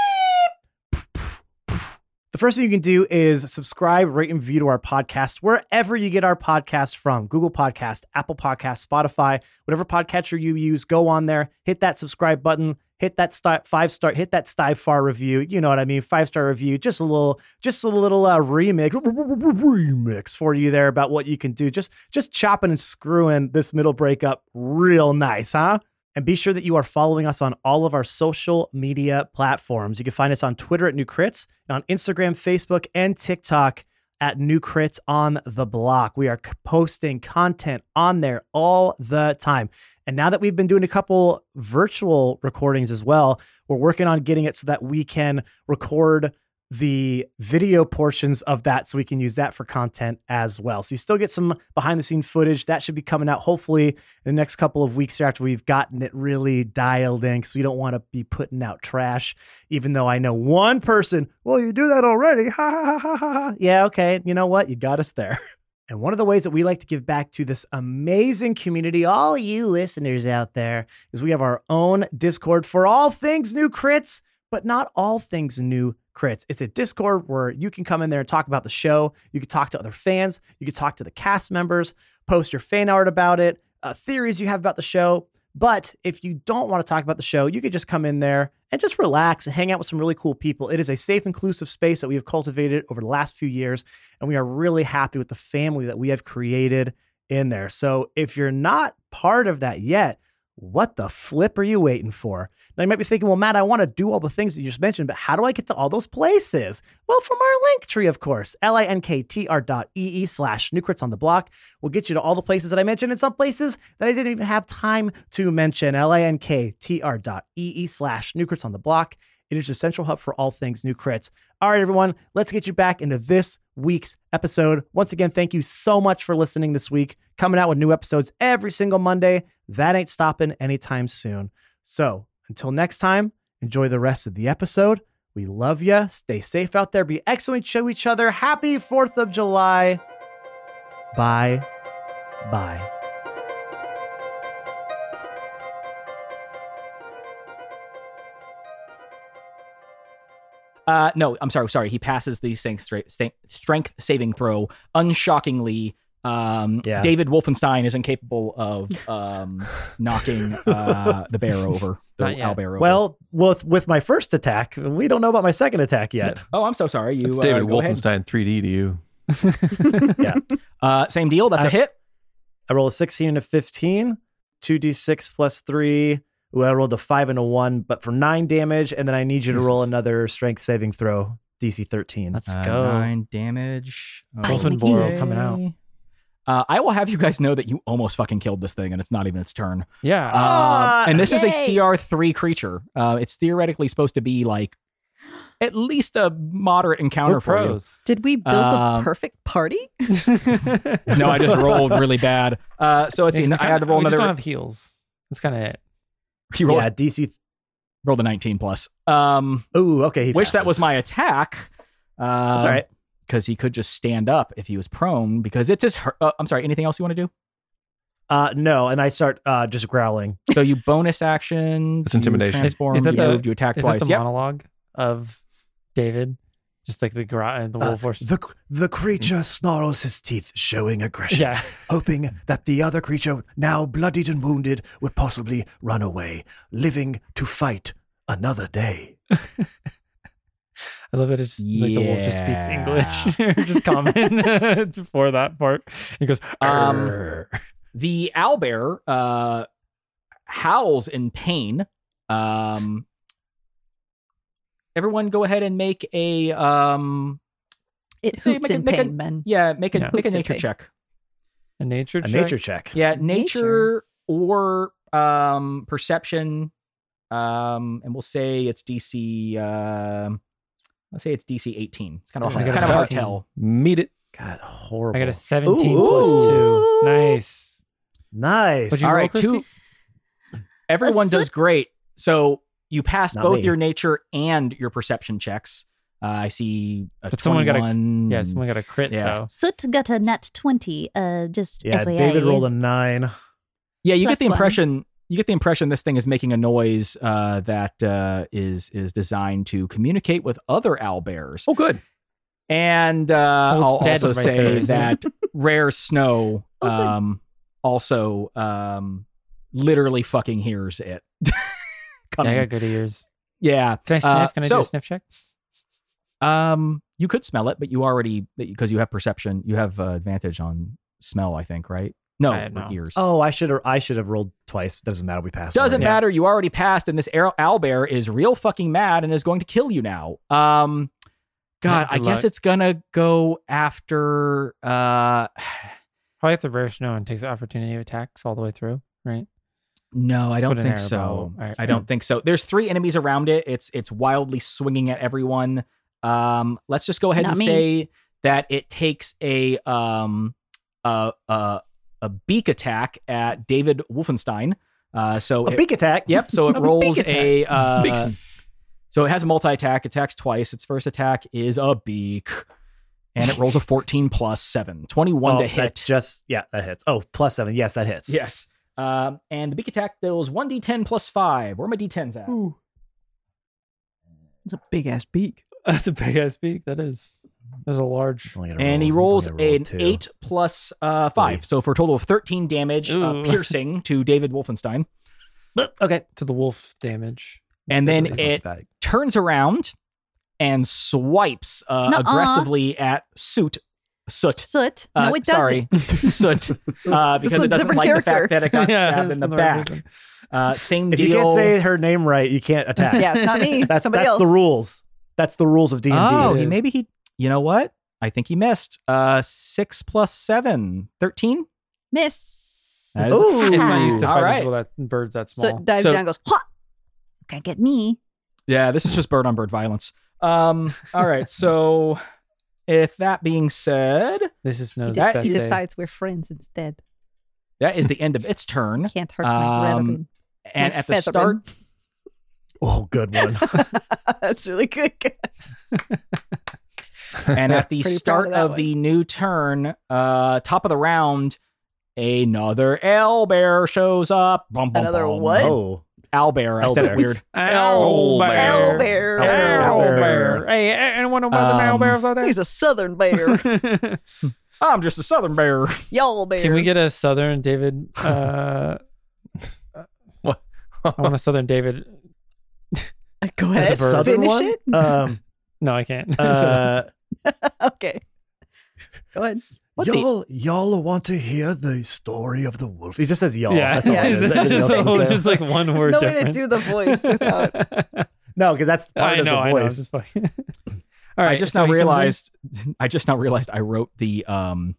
Speaker 3: The first thing you can do is subscribe, rate, and view to our podcast wherever you get our podcast from Google Podcast, Apple Podcast, Spotify, whatever podcatcher you use. Go on there, hit that subscribe button, hit that star, five star, hit that five star review. You know what I mean? Five star review, just a little, just a little uh, remix, remix for you there about what you can do. Just, just chopping and screwing this middle break up real nice, huh? And be sure that you are following us on all of our social media platforms. You can find us on Twitter at New Crits, and on Instagram, Facebook, and TikTok at New Crits on the Block. We are c- posting content on there all the time. And now that we've been doing a couple virtual recordings as well, we're working on getting it so that we can record the video portions of that so we can use that for content as well. So you still get some behind the scene footage that should be coming out hopefully in the next couple of weeks after we've gotten it really dialed in because we don't want to be putting out trash. Even though I know one person, well, you do that already. Ha ha ha ha ha. ha." Yeah, okay. You know what? You got us there. And one of the ways that we like to give back to this amazing community, all you listeners out there, is we have our own Discord for all things new crits, but not all things new crits. It's a Discord where you can come in there and talk about the show. You can talk to other fans. You can talk to the cast members, post your fan art about it, uh, theories you have about the show. But if you don't want to talk about the show, you could just come in there and just relax and hang out with some really cool people. It is a safe, inclusive space that we have cultivated over the last few years and we are really happy with the family that we have created in there. So if you're not part of that yet, what the flip are you waiting for? Now you might be thinking, well, Matt, I want to do all the things that you just mentioned, but how do I get to all those places? Well, from our link tree, of course, linktr dot ee slash newcrits on the block will get you to all the places that I mentioned and some places that I didn't even have time to mention. linktr dot ee slash newcrits on the block. It is your central hub for all things new crits. All right, everyone, let's get you back into this week's episode. Once again, thank you so much for listening this week. Coming out with new episodes every single Monday. That ain't stopping anytime soon. So until next time, enjoy the rest of the episode. We love you. Stay safe out there. Be excellent to each other. Happy 4th of July. Bye. Bye.
Speaker 2: Uh, no, I'm sorry. Sorry. He passes the strength, stra- sta- strength saving throw unshockingly. Um,
Speaker 3: Yeah.
Speaker 2: David Wolfenstein is incapable of um, knocking uh, the bear over, the
Speaker 4: Not yet.
Speaker 2: owlbear over.
Speaker 3: Well, with with my first attack, we don't know about my second attack yet.
Speaker 2: oh, I'm so sorry. You
Speaker 5: It's
Speaker 2: uh,
Speaker 5: David
Speaker 2: go ahead.
Speaker 5: Wolfenstein 3D to you.
Speaker 2: Uh, same deal. That's a
Speaker 3: Uh,
Speaker 2: hit.
Speaker 3: I roll a 16 and a 15, 2d6 plus 3. Ooh, I rolled a 5 and a 1, but for 9 damage, and then I need you to roll
Speaker 5: Jesus.
Speaker 3: another strength saving throw, DC 13.
Speaker 4: Let's
Speaker 2: Uh,
Speaker 4: go.
Speaker 2: Nine damage.
Speaker 4: Wolfenboro coming out.
Speaker 2: Uh, I will have you guys know that you almost fucking killed this thing, and it's not even its turn.
Speaker 4: Yeah. Ah,
Speaker 5: Uh,
Speaker 2: Um, and this is
Speaker 6: yay.
Speaker 2: a CR three creature. Uh, it's theoretically supposed to be like at least a moderate encounter
Speaker 4: We're
Speaker 2: for you.
Speaker 4: pros.
Speaker 6: Did we build
Speaker 2: Um,
Speaker 6: the perfect party?
Speaker 2: no, I just rolled really bad. Uh, so let's see.
Speaker 4: It's
Speaker 2: I had to
Speaker 4: kinda-
Speaker 2: roll
Speaker 4: we just
Speaker 2: another.
Speaker 4: don't have heels. That's kind of it.
Speaker 2: he rolled,
Speaker 3: yeah, DC.
Speaker 2: rolled a 19 plus. Um,
Speaker 3: Ooh, okay. he
Speaker 2: wish that
Speaker 3: passes.
Speaker 2: was my attack. Uh,
Speaker 3: That's all right.
Speaker 2: Because he could just stand up if he was prone. Because it's his. Her- uh, I'm sorry. Anything else you want to do?
Speaker 3: Uh, no, and I start uh, just growling.
Speaker 2: So you bonus action.
Speaker 5: It's
Speaker 2: you
Speaker 5: intimidation.
Speaker 2: Transform.
Speaker 4: Is that
Speaker 2: you
Speaker 4: the-
Speaker 2: moved, You attack
Speaker 4: Is
Speaker 2: twice.
Speaker 4: that the
Speaker 2: Yep.
Speaker 4: monologue of David? Just like the garage, the
Speaker 1: Uh,
Speaker 4: wolf horse.
Speaker 1: The, the creature snarls his teeth, showing aggression,
Speaker 4: yeah.
Speaker 1: hoping that the other creature, now bloodied and wounded, would possibly run away, living to fight another day.
Speaker 4: I love that it's just, like the wolf just speaks
Speaker 2: Yeah.
Speaker 4: English. just common for that part. He goes,
Speaker 2: Um,
Speaker 4: "Arr."
Speaker 2: The owlbear uh, howls in pain. Um, everyone, go ahead and make a um,
Speaker 6: It
Speaker 2: So you
Speaker 6: hoots
Speaker 2: make a-
Speaker 6: in
Speaker 2: make a-
Speaker 6: pain, man.
Speaker 2: yeah, make a
Speaker 4: Yeah.
Speaker 2: make a
Speaker 6: Oops,
Speaker 2: nature
Speaker 6: okay.
Speaker 2: check.
Speaker 4: a nature
Speaker 3: A
Speaker 4: check.
Speaker 3: nature check.
Speaker 2: Yeah, nature,
Speaker 6: Nature.
Speaker 2: or um, perception. Um, and we'll say it's DC. Um, let's say it's DC 18. It's kind of a
Speaker 4: I
Speaker 2: hard,
Speaker 4: got a
Speaker 2: kind of a hard
Speaker 4: 14.
Speaker 2: tell.
Speaker 5: Meet it.
Speaker 3: God, horrible.
Speaker 4: I got a 17 plus
Speaker 3: Ooh.
Speaker 4: 2. Nice.
Speaker 3: nice.
Speaker 4: What'd you
Speaker 2: All
Speaker 4: roll,
Speaker 2: right, two.
Speaker 4: Christy?
Speaker 2: Everyone does
Speaker 6: Assist.
Speaker 2: great. So You passed
Speaker 3: Not
Speaker 2: both
Speaker 3: me.
Speaker 2: your nature and your perception checks. Uh, I see. A
Speaker 4: But someone got a-
Speaker 2: 21.
Speaker 4: Yeah, someone got a crit
Speaker 2: Mm. Yeah.
Speaker 4: though.
Speaker 7: Soot got a nat 20, uh, just
Speaker 3: Yeah,
Speaker 7: FYI.
Speaker 3: David rolled a nine.
Speaker 2: Yeah, you
Speaker 7: Plus
Speaker 2: get the
Speaker 7: one.
Speaker 2: impression you get the impression this thing is making a noise uh, that uh, is is designed to communicate with other owlbears.
Speaker 5: Oh, good.
Speaker 2: And uh,
Speaker 4: Oh,
Speaker 2: I'll
Speaker 4: it's dead
Speaker 2: also
Speaker 4: right
Speaker 2: say
Speaker 4: there, isn't
Speaker 2: that Rare Snow
Speaker 7: Oh, good.
Speaker 2: um, also um, literally fucking hears it.
Speaker 4: Yeah,
Speaker 2: coming.
Speaker 4: I got good ears.
Speaker 2: yeah.
Speaker 4: Can I sniff?
Speaker 2: Uh,
Speaker 4: Can I
Speaker 2: so-
Speaker 4: do a sniff check?
Speaker 2: Um, you could smell it, but you already because you have perception, you have uh, advantage on smell. I think, right? No,
Speaker 4: I don't
Speaker 2: with
Speaker 4: know.
Speaker 2: ears.
Speaker 3: Oh, I should have I should have rolled twice. But doesn't matter. We passed.
Speaker 2: Doesn't
Speaker 3: already.
Speaker 2: matter. You already passed, and this Al- owlbear is real fucking mad and is going to kill you now. Um, God,
Speaker 4: Good
Speaker 2: I guess
Speaker 4: luck.
Speaker 2: it's gonna go after. Uh,
Speaker 4: Probably if the rare snow and takes opportunity attacks all the way through, right?
Speaker 2: no, I
Speaker 4: That's
Speaker 2: don't
Speaker 4: what an
Speaker 2: think
Speaker 4: Arab
Speaker 2: so.
Speaker 4: owl- Ar-
Speaker 2: I don't think so. There's three enemies around it. It's it's wildly swinging at everyone. Um, let's just go ahead
Speaker 7: Not
Speaker 2: and
Speaker 7: me.
Speaker 2: say that it takes a um a a, a beak attack at David Wolfenstein. Uh, so
Speaker 3: A
Speaker 2: it-
Speaker 3: beak attack.
Speaker 2: Yep. So it
Speaker 6: A big
Speaker 2: rolls
Speaker 6: attack.
Speaker 2: a.
Speaker 5: Big
Speaker 2: Uh,
Speaker 5: son.
Speaker 2: so it has a multi attack. Attacks twice. Its first attack is a beak, and it rolls a 14 plus 7. 21
Speaker 3: One
Speaker 2: to hit.
Speaker 3: Oh, Just yeah, that hits. Oh, plus seven. Yes, that hits.
Speaker 2: yes. Um, and the beak attack deals 1d10 plus 5. Where are my d10s at?
Speaker 6: It's a big ass beak.
Speaker 4: That's a big ass beak. That is. That's a large.
Speaker 3: He's only gonna
Speaker 2: And he
Speaker 3: roll-
Speaker 2: rolls
Speaker 3: he's only gonna roll
Speaker 2: an
Speaker 3: two.
Speaker 2: 8 plus uh, 5.
Speaker 3: Oy.
Speaker 2: So for a total of 13 damage, uh,
Speaker 4: Ooh.
Speaker 2: piercing to David Wolfenstein.
Speaker 3: But- Okay.
Speaker 4: to the wolf damage.
Speaker 2: And then
Speaker 3: That's not
Speaker 2: it
Speaker 3: too bad.
Speaker 2: turns around and swipes uh,
Speaker 7: Nuh-uh.
Speaker 2: aggressively at Soot. Soot.
Speaker 7: Soot.
Speaker 2: Uh,
Speaker 7: no, it doesn't.
Speaker 2: sorry, soot, uh,
Speaker 6: This
Speaker 2: because
Speaker 6: is a
Speaker 2: it doesn't
Speaker 6: different
Speaker 2: like the fact
Speaker 6: character.
Speaker 2: that it got
Speaker 4: Yeah,
Speaker 2: stabbed in the
Speaker 4: that's another
Speaker 2: back.
Speaker 4: reason.
Speaker 2: Uh, same
Speaker 3: If
Speaker 2: deal.
Speaker 3: you can't say her name right, you can't attack.
Speaker 6: Yeah, it's not me.
Speaker 3: That's
Speaker 6: Somebody
Speaker 3: that's
Speaker 6: else.
Speaker 3: the rules. That's the rules of D
Speaker 2: oh,
Speaker 3: and
Speaker 2: he,
Speaker 4: is.
Speaker 2: maybe he. You know what? I think he missed. Uh, six plus seven, 13.
Speaker 7: Miss.
Speaker 2: That is-
Speaker 3: Ooh.
Speaker 4: It's not used to
Speaker 2: All
Speaker 4: fighting
Speaker 2: right.
Speaker 4: people that birds that
Speaker 6: So
Speaker 4: small.
Speaker 6: it dives
Speaker 2: So-
Speaker 6: down and goes, "Hwah!"
Speaker 7: Can't get me.
Speaker 2: Yeah, this is just bird on bird violence. Um, all right. So, if that being said,
Speaker 4: this is Snow's
Speaker 2: That
Speaker 4: best
Speaker 6: He
Speaker 2: is-
Speaker 4: day.
Speaker 6: decides we're friends instead.
Speaker 2: that is the end of its turn.
Speaker 6: Can't hurt my
Speaker 2: Um,
Speaker 6: brethren.
Speaker 2: And
Speaker 6: My
Speaker 2: at the start,
Speaker 6: featherin.
Speaker 3: Oh, good one.
Speaker 6: That's really good.
Speaker 2: and at the
Speaker 6: Pretty proud
Speaker 2: start of,
Speaker 6: of that one.
Speaker 2: the new turn, uh, top of the round, another owlbear shows up. Bum, bum,
Speaker 6: Another
Speaker 2: bum.
Speaker 6: what?
Speaker 3: Oh,
Speaker 2: Owlbear. I said it
Speaker 3: Owlbear.
Speaker 2: weird.
Speaker 6: Owl
Speaker 4: Owlbear.
Speaker 6: bear.
Speaker 4: Owlbear. Hey, a- anyone know about
Speaker 2: Um,
Speaker 4: the owlbears out
Speaker 6: He's a southern bear.
Speaker 4: there?
Speaker 2: I'm just a southern bear.
Speaker 6: Y'all bear.
Speaker 4: Can we get a Southern David? Uh,
Speaker 5: What?
Speaker 4: I want a Southern David.
Speaker 6: go ahead?
Speaker 4: As a bird.
Speaker 3: southern
Speaker 6: Finish
Speaker 3: one.
Speaker 6: it.
Speaker 3: Um,
Speaker 4: No, I can't.
Speaker 3: uh,
Speaker 6: okay. Go ahead.
Speaker 2: What the-
Speaker 1: y'all, y'all want to hear the story of the wolf?
Speaker 3: he just says y'all.
Speaker 4: yeah,
Speaker 3: That's all
Speaker 6: Yeah,
Speaker 3: it is.
Speaker 6: it's
Speaker 3: That is
Speaker 4: just,
Speaker 3: the
Speaker 4: a
Speaker 3: only
Speaker 4: whole-
Speaker 3: thing.
Speaker 4: just like one
Speaker 6: There's
Speaker 4: word.
Speaker 6: no way
Speaker 4: difference.
Speaker 6: to do the voice without.
Speaker 3: no, because that's part
Speaker 4: I
Speaker 3: of
Speaker 4: know, I
Speaker 3: the
Speaker 4: know. I'm
Speaker 3: voice.
Speaker 4: just fucking- All right,
Speaker 2: I just
Speaker 4: so
Speaker 2: now
Speaker 4: he comes in.
Speaker 2: realized. I just now realized I wrote the um,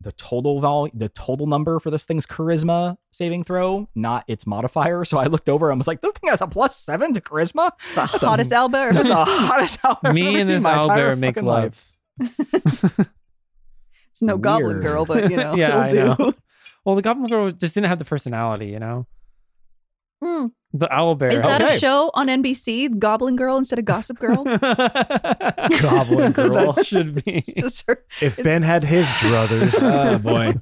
Speaker 2: the total vol, the total number for this thing's charisma saving throw, not its modifier. So I looked over and was like, "This thing has a plus seven to charisma.
Speaker 6: It's the hottest owl bear I've
Speaker 2: That's
Speaker 6: ever
Speaker 2: a
Speaker 6: seen.
Speaker 2: hottest owlbear I've
Speaker 4: Me
Speaker 2: ever
Speaker 4: and
Speaker 2: seen in
Speaker 4: this
Speaker 2: my entire
Speaker 4: owlbear make
Speaker 2: fucking
Speaker 4: love.
Speaker 6: It's no goblin
Speaker 2: Weird.
Speaker 6: girl, but you know,
Speaker 4: Yeah,
Speaker 6: it'll
Speaker 4: I
Speaker 6: do.
Speaker 4: Well, the Goblin Girl just didn't have the personality, you know.
Speaker 6: Hmm.
Speaker 4: The owlbear.
Speaker 7: Is that
Speaker 2: Okay.
Speaker 7: a show on NBC? Goblin Girl instead of Gossip Girl?
Speaker 3: Goblin girl.
Speaker 4: that should be.
Speaker 6: It's just her.
Speaker 3: If Ben had his druthers,
Speaker 2: oh boy.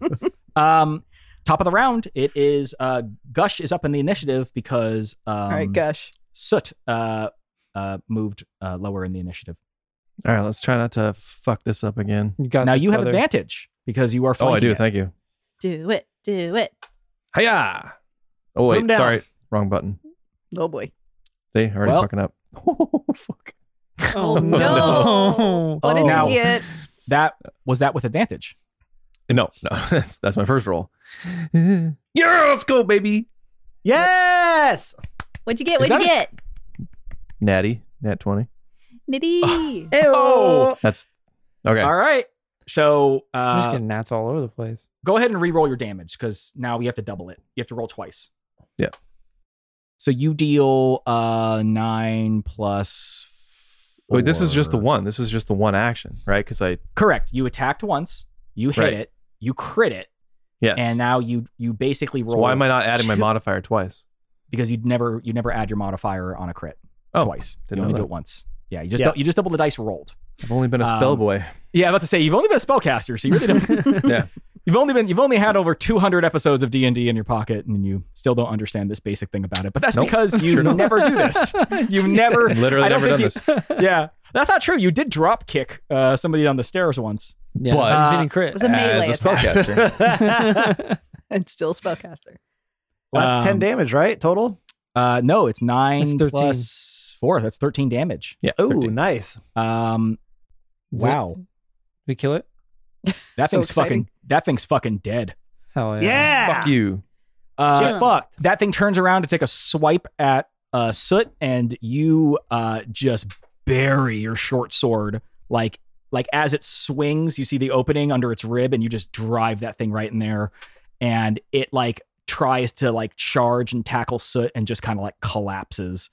Speaker 2: um, top of the round. It is uh, Gush is up in the initiative because um,
Speaker 6: All right, gosh.
Speaker 2: Soot uh, uh, moved uh, lower in the initiative.
Speaker 5: All right, let's try not to fuck this up again.
Speaker 4: You got
Speaker 2: now
Speaker 4: this,
Speaker 2: you have
Speaker 4: brother.
Speaker 2: advantage because you are.
Speaker 5: Oh, I
Speaker 2: flanking
Speaker 5: do.
Speaker 2: it.
Speaker 5: Thank you.
Speaker 7: do it. Do it.
Speaker 5: Hiya! Oh
Speaker 2: Put 'em
Speaker 5: wait,
Speaker 2: down.
Speaker 5: sorry, wrong button.
Speaker 6: Oh boy.
Speaker 5: See, already
Speaker 2: Well.
Speaker 5: fucking up. Oh fuck!
Speaker 4: Oh,
Speaker 7: Oh, no.
Speaker 4: no.
Speaker 6: What did
Speaker 2: Now-
Speaker 6: you get?
Speaker 2: That was that with advantage.
Speaker 5: No, no, that's that's my first roll. yeah, let's go, baby.
Speaker 3: yes.
Speaker 7: What'd you get?
Speaker 2: Is
Speaker 7: What'd you get?
Speaker 5: Natty, nat twenty.
Speaker 7: Nitty.
Speaker 2: Oh.
Speaker 5: That's okay.
Speaker 2: All right. So
Speaker 4: I'm just
Speaker 2: uh,
Speaker 4: getting gnats all over the place.
Speaker 2: go ahead and re-roll your damage because now we have to double it. You have to roll twice.
Speaker 5: Yeah.
Speaker 2: So you deal uh nine plus.
Speaker 5: Wait, this is just the
Speaker 2: four.
Speaker 5: one. This is just the one action, right? Because I
Speaker 2: Correct. You attacked once. You hit
Speaker 5: Right.
Speaker 2: it. You crit it,
Speaker 5: yes.
Speaker 2: and now you you basically roll.
Speaker 5: so why am I not adding my modifier twice?
Speaker 2: because you'd never you never add your modifier on a crit
Speaker 5: Oh,
Speaker 2: twice.
Speaker 5: didn't
Speaker 2: you
Speaker 5: know
Speaker 2: only do
Speaker 5: that.
Speaker 2: it once. Yeah, you just
Speaker 3: Yeah.
Speaker 2: dou- you just double the dice rolled.
Speaker 5: I've only been a
Speaker 2: Um,
Speaker 5: spell boy.
Speaker 2: Yeah, I'm about to say you've only been a spellcaster, so you really don't.
Speaker 5: Yeah.
Speaker 2: You've only been you've only had over 200 episodes of D and D in your pocket, and you still don't understand this basic thing about it. But that's
Speaker 5: Nope.
Speaker 2: because you
Speaker 5: Sure don't.
Speaker 2: never do this. You've never
Speaker 5: Literally
Speaker 2: I don't
Speaker 5: never done
Speaker 2: think
Speaker 5: this.
Speaker 2: this. Yeah, that's not true. You did drop kick uh, somebody on the stairs once.
Speaker 4: Yeah,
Speaker 5: But-
Speaker 4: I was hitting crit.
Speaker 7: was a melee
Speaker 5: As a
Speaker 7: attack.
Speaker 5: spellcaster.
Speaker 6: and still spellcaster.
Speaker 3: Well, that's ten
Speaker 2: Um,
Speaker 3: damage, right? Total.
Speaker 2: Uh, no, it's
Speaker 4: That's
Speaker 2: nine
Speaker 4: 13.
Speaker 2: plus four. That's 13 damage.
Speaker 5: yeah.
Speaker 3: Oh,
Speaker 5: 13.
Speaker 3: nice.
Speaker 2: Um,
Speaker 4: Is
Speaker 2: wow,
Speaker 4: We kill it.
Speaker 2: that
Speaker 6: So
Speaker 2: thing's
Speaker 6: exciting.
Speaker 2: fucking that thing's fucking dead.
Speaker 4: Hell yeah!
Speaker 3: Yeah.
Speaker 5: Fuck you.
Speaker 2: Uh,
Speaker 7: Kill him.
Speaker 3: Fucked.
Speaker 2: that thing turns around to take a swipe at uh, Soot, and you uh, just bury your short sword like like as it swings. You see the opening under its rib, and you just drive that thing right in there, and it like tries to like charge and tackle Soot, and just kind of like collapses,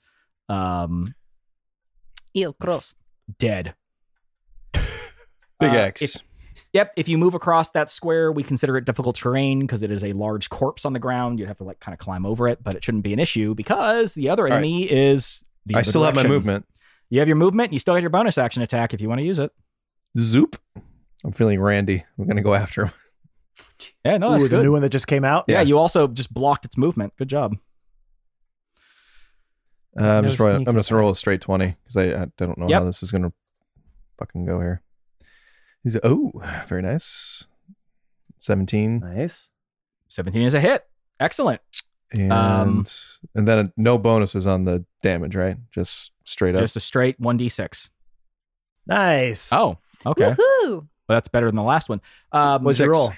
Speaker 2: um,
Speaker 7: Ew, gross.
Speaker 2: dead.
Speaker 5: Big
Speaker 2: Uh,
Speaker 5: X.
Speaker 2: if- Yep. If you move across that square, we consider it difficult terrain because it is a large corpse on the ground. You'd have to like kind of climb over it, but it shouldn't be an issue because the other
Speaker 5: right.
Speaker 2: enemy is. The
Speaker 5: I
Speaker 2: other
Speaker 5: still have my
Speaker 2: direction.
Speaker 5: movement.
Speaker 2: You have your movement. and You still have your bonus action attack if you want to use it.
Speaker 5: Zoop. I'm feeling randy. We're going to go after him.
Speaker 2: Yeah, no, that's
Speaker 3: Ooh, the
Speaker 2: good.
Speaker 3: new one that just came out.
Speaker 2: yeah.
Speaker 5: Yeah.
Speaker 2: you also just blocked its movement. Good job.
Speaker 5: Uh, I'm, just
Speaker 4: No
Speaker 5: rolling,
Speaker 4: sneak
Speaker 5: I'm just going to roll a straight 20 because I, I don't know
Speaker 2: Yep.
Speaker 5: how this is going to fucking go here. He's Oh, very nice. 17.
Speaker 3: Nice.
Speaker 2: Seventeen is a hit. Excellent.
Speaker 5: And,
Speaker 2: Um,
Speaker 5: and then no bonuses on the damage, right? Just straight up.
Speaker 2: Just a straight one d six.
Speaker 3: Nice.
Speaker 2: Oh, okay. Well,
Speaker 7: Woohoo!
Speaker 2: that's better than the last one. Um,
Speaker 3: what's your
Speaker 5: six.
Speaker 3: roll?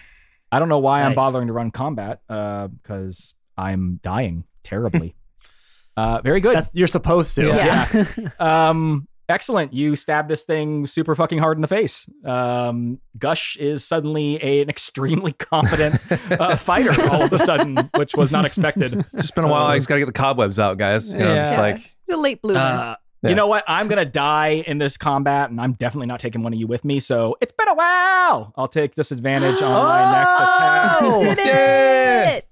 Speaker 2: I don't know why I'm
Speaker 3: Nice.
Speaker 2: bothering to run combat because I'm dying terribly. uh, very good.
Speaker 3: That's you're supposed to.
Speaker 7: Yeah.
Speaker 2: um excellent you stab this thing super fucking hard in the face um gush is suddenly a- an extremely competent uh, fighter all of a sudden which was not expected
Speaker 5: It's just been a while. I just got to get the cobwebs out, guys. You know, just
Speaker 6: Yeah.
Speaker 5: like,
Speaker 6: The late bloomer.
Speaker 2: uh,
Speaker 5: Yeah.
Speaker 2: you know what i'm gonna die in this combat and i'm definitely not taking one of you with me so it's been a while i'll take disadvantage on my next attack
Speaker 3: Oh,
Speaker 7: Did it!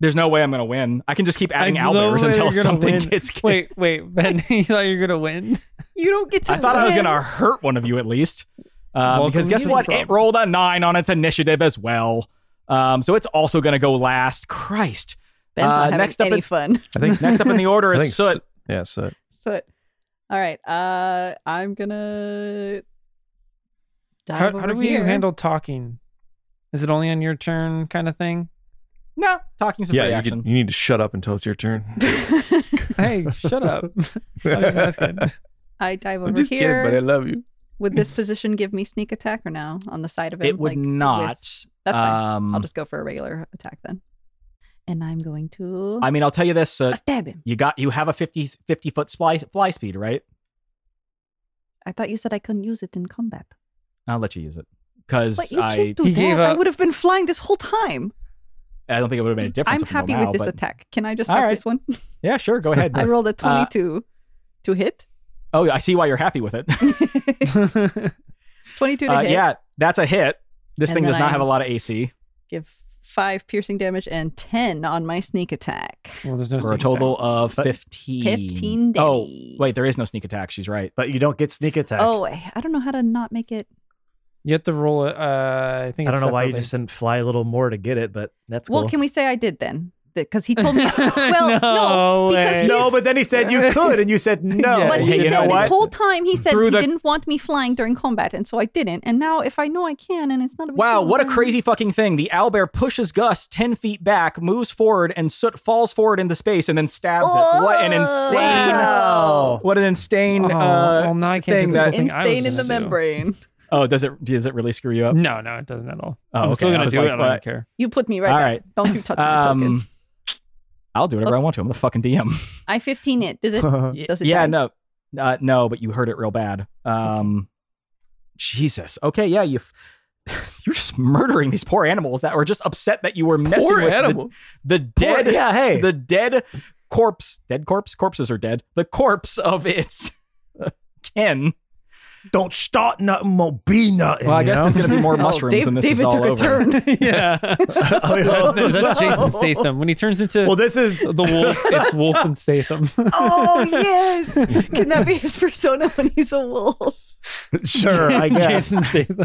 Speaker 2: there's no way i'm gonna win i can just keep adding
Speaker 4: I love
Speaker 2: owlbears
Speaker 4: that
Speaker 2: until
Speaker 4: you're gonna
Speaker 2: something
Speaker 4: win.
Speaker 2: gets killed.
Speaker 4: Wait, wait, Ben, you thought you were gonna win?
Speaker 6: You don't get to.
Speaker 2: I thought I was
Speaker 6: win.
Speaker 2: gonna hurt one of you at least. Um,
Speaker 4: Well,
Speaker 2: because guess
Speaker 4: community
Speaker 2: what? It
Speaker 4: problem.
Speaker 2: rolled a nine on its initiative as well. Um, so it's also gonna go last. Christ.
Speaker 6: Ben's
Speaker 2: Uh,
Speaker 6: not having
Speaker 2: next up
Speaker 6: any
Speaker 2: in-
Speaker 6: fun.
Speaker 5: I think
Speaker 2: Next up in the order
Speaker 5: I
Speaker 2: is
Speaker 5: think
Speaker 2: Soot.
Speaker 5: Soot- Yeah, Soot.
Speaker 6: So, all right. Uh, I'm gonna. Dive
Speaker 4: How,
Speaker 6: over
Speaker 4: how do we
Speaker 6: here.
Speaker 4: handle talking? Is it only on your turn kind of thing?
Speaker 2: no, talking's a free
Speaker 5: Yeah, you,
Speaker 2: action. Oh,
Speaker 5: could- you need to shut up until it's your turn.
Speaker 4: Hey, shut up. I was asking.
Speaker 6: I dive over
Speaker 5: I'm just
Speaker 6: here.
Speaker 5: kidding, but I love you.
Speaker 6: Would this position give me sneak attack or no? On the side of him,
Speaker 2: it would
Speaker 6: like, with-
Speaker 2: not.
Speaker 6: That's fine.
Speaker 2: um,
Speaker 6: I'll just go for a regular attack then.
Speaker 7: And I'm going to
Speaker 2: I mean, I'll tell you this. Soot,
Speaker 7: stab him.
Speaker 2: you got you have a 50, 50 foot fly, fly speed, right?
Speaker 7: I thought you said I couldn't use it in combat.
Speaker 2: I'll let you use it because
Speaker 7: But you
Speaker 2: I
Speaker 7: can't do
Speaker 4: He
Speaker 7: that.
Speaker 4: gave
Speaker 6: I
Speaker 4: up.
Speaker 6: would have been flying this whole time.
Speaker 2: I don't think it would have made a difference. up
Speaker 6: I'm
Speaker 2: until
Speaker 6: happy
Speaker 2: now,
Speaker 6: with this
Speaker 2: but-
Speaker 6: attack. Can I just
Speaker 2: All
Speaker 6: have
Speaker 2: right.
Speaker 6: this one?
Speaker 2: Yeah, sure. Go ahead.
Speaker 6: I rolled a
Speaker 2: Uh,
Speaker 6: 22 to hit.
Speaker 2: oh, I see why you're happy with it.
Speaker 6: 22 to
Speaker 2: Uh,
Speaker 6: hit.
Speaker 2: yeah, that's a hit. This
Speaker 6: And
Speaker 2: thing
Speaker 6: then
Speaker 2: does not
Speaker 6: I-
Speaker 2: have a lot of AC
Speaker 6: Give five piercing damage and 10 on my sneak attack.
Speaker 4: Well, there's no
Speaker 2: for a
Speaker 4: sneak
Speaker 2: total
Speaker 4: attack.
Speaker 2: of
Speaker 3: But-
Speaker 2: 15.
Speaker 6: 15
Speaker 2: Oh,
Speaker 6: daddy.
Speaker 2: wait, there is no sneak attack. She's right.
Speaker 3: But you don't get sneak attack.
Speaker 6: Oh, I I don't know how to not make it.
Speaker 4: You have to roll it. Uh, I think
Speaker 3: I don't
Speaker 4: it's
Speaker 3: know why you
Speaker 4: separately.
Speaker 3: just didn't fly a little more to get it, but that's cool.
Speaker 6: Well, can we say I did then? Because he told me. well, no, because he,
Speaker 2: Oh,
Speaker 3: no, but then he said you could, and you said no.
Speaker 4: Yeah,
Speaker 6: but
Speaker 4: Hey,
Speaker 6: he
Speaker 4: you know
Speaker 6: said this
Speaker 4: what?
Speaker 6: whole time he said
Speaker 4: Through
Speaker 6: he
Speaker 4: the-
Speaker 6: didn't want me flying during combat, and so I didn't. And now if I know I can, and it's not a big
Speaker 2: Wow,
Speaker 6: deal,
Speaker 2: what a
Speaker 6: then-
Speaker 2: crazy fucking thing. The owlbear pushes Gus 10 feet back, moves forward, and Soot falls forward into space and then stabs it. What
Speaker 6: Oh,
Speaker 2: an insane,
Speaker 3: Wow.
Speaker 2: what an insane,
Speaker 4: Oh, well,
Speaker 2: uh,
Speaker 4: now I can't
Speaker 2: thing
Speaker 4: do the
Speaker 2: that-
Speaker 4: whole thing I was
Speaker 6: Insane in the
Speaker 4: gonna do.
Speaker 6: membrane.
Speaker 2: oh, does it, does it really screw you up?
Speaker 4: No, no, it doesn't at all.
Speaker 2: Oh,
Speaker 4: I'm
Speaker 2: okay.
Speaker 4: still
Speaker 2: I
Speaker 4: gonna
Speaker 2: was
Speaker 4: do
Speaker 2: like,
Speaker 4: it. and I
Speaker 2: what?
Speaker 4: don't care.
Speaker 6: You put me right
Speaker 2: All
Speaker 6: back.
Speaker 2: right.
Speaker 6: Don't you touch my token.
Speaker 2: Um, I'll do whatever I want to. I'm the fucking DM.
Speaker 6: I 15 it. Does it? Does it
Speaker 2: yeah,
Speaker 6: die?
Speaker 2: no, uh, no, but you heard it real bad. Um, Jesus. Okay, yeah, you. You're just murdering these poor animals that were just upset that you were messing
Speaker 5: Poor
Speaker 2: with the-
Speaker 5: animal.
Speaker 2: the, dead,
Speaker 3: yeah, hey.
Speaker 2: the dead corpse, dead corpse, corpses are dead. The corpse of its kin.
Speaker 1: Don't start nothing, won't be nothing.
Speaker 2: Well, I
Speaker 1: you
Speaker 2: guess
Speaker 1: know?
Speaker 2: there's going to be more
Speaker 8: Oh,
Speaker 2: mushrooms
Speaker 8: Dave-
Speaker 2: when this
Speaker 8: David
Speaker 2: is all
Speaker 8: took a
Speaker 2: over.
Speaker 8: turn.
Speaker 4: yeah.
Speaker 2: Oh,
Speaker 4: That- no, that's Jason Statham. When he turns into
Speaker 3: Well, this is
Speaker 4: the wolf, it's Wolf and Statham.
Speaker 6: Oh yes! Can that be his persona when he's a wolf?
Speaker 3: sure. I guess
Speaker 4: Jason Statham.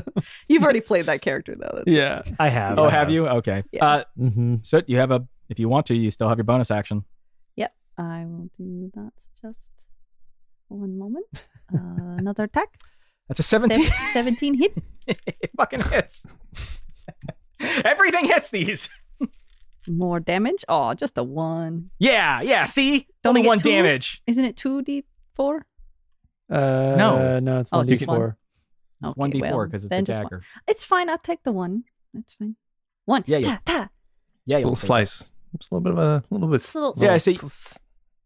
Speaker 8: You've already played that character though. That's
Speaker 4: Yeah.
Speaker 3: I have.
Speaker 2: Oh, have you? Okay.
Speaker 6: Yeah.
Speaker 2: Uh,
Speaker 3: Mm-hmm.
Speaker 2: so you have a, if you want to, you still have your bonus action.
Speaker 6: I will do that. Just one moment. Uh, another attack.
Speaker 2: That's a
Speaker 6: Sev-
Speaker 2: 17.
Speaker 6: Seventeen hit.
Speaker 2: it fucking hits. Everything hits these.
Speaker 6: More damage. Oh, just a one.
Speaker 2: Yeah, yeah. See,
Speaker 6: Don't
Speaker 2: only
Speaker 6: I get
Speaker 2: one
Speaker 6: two?
Speaker 2: damage.
Speaker 6: Isn't it two d four?
Speaker 4: Uh,
Speaker 2: No.
Speaker 4: No, it's
Speaker 6: Oh,
Speaker 4: 1d4.
Speaker 6: just one.
Speaker 2: It's
Speaker 6: Okay,
Speaker 2: one d four
Speaker 6: well,
Speaker 2: because it's a
Speaker 6: then just one.
Speaker 2: dagger.
Speaker 6: It's fine. I'll take the one. That's fine. One.
Speaker 2: Yeah, yeah.
Speaker 6: Ta, ta.
Speaker 2: Yeah,
Speaker 5: Just a
Speaker 2: you'll
Speaker 5: little
Speaker 2: take
Speaker 5: slice. Just a little bit of a little bit.
Speaker 6: Just a little-
Speaker 2: Yeah, I see.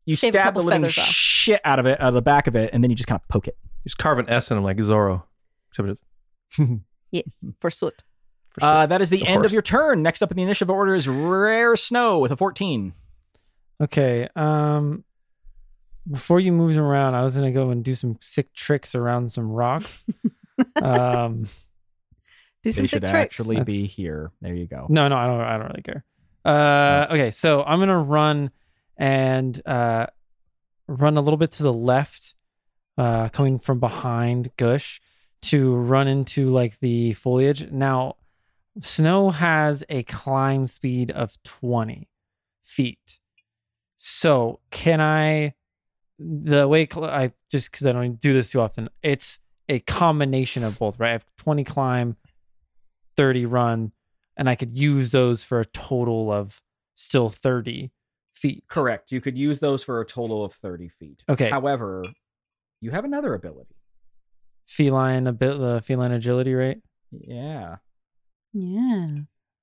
Speaker 2: You
Speaker 6: Shave a
Speaker 2: stab the
Speaker 6: couple
Speaker 2: living
Speaker 6: feathers off.
Speaker 2: shit out of it, out of the back of it, and then you just kind of poke it.
Speaker 5: Just carve an S in them like Zorro. Except it's
Speaker 6: Yes. Forsooth.
Speaker 5: for
Speaker 2: Uh, that is the
Speaker 5: Of
Speaker 2: end of
Speaker 5: course.
Speaker 2: your turn. Next up in the initiative order is Rare Snow with a fourteen.
Speaker 4: Okay. Um, before you moved around, I was gonna go and do some sick tricks around some rocks. um,
Speaker 6: Do
Speaker 2: They
Speaker 6: some
Speaker 2: should
Speaker 6: sick tricks.
Speaker 2: actually be here. There you go.
Speaker 4: no, no, I don't. I don't really care. Uh, okay, so I'm gonna run and uh, run a little bit to the left, uh, coming from behind Gush to run into like the foliage. Now, Snow has a climb speed of 20 feet. So can I? The way cl- I just because I don't do this too often, it's a combination of both, right? I have 20 climb, 30 run, and I could use those for a total of still 30 feet.
Speaker 2: Correct. You could use those for a total of thirty feet.
Speaker 4: Okay.
Speaker 2: However, you have another ability.
Speaker 4: Feline a bit, the feline agility, right?
Speaker 2: Yeah.
Speaker 6: Yeah.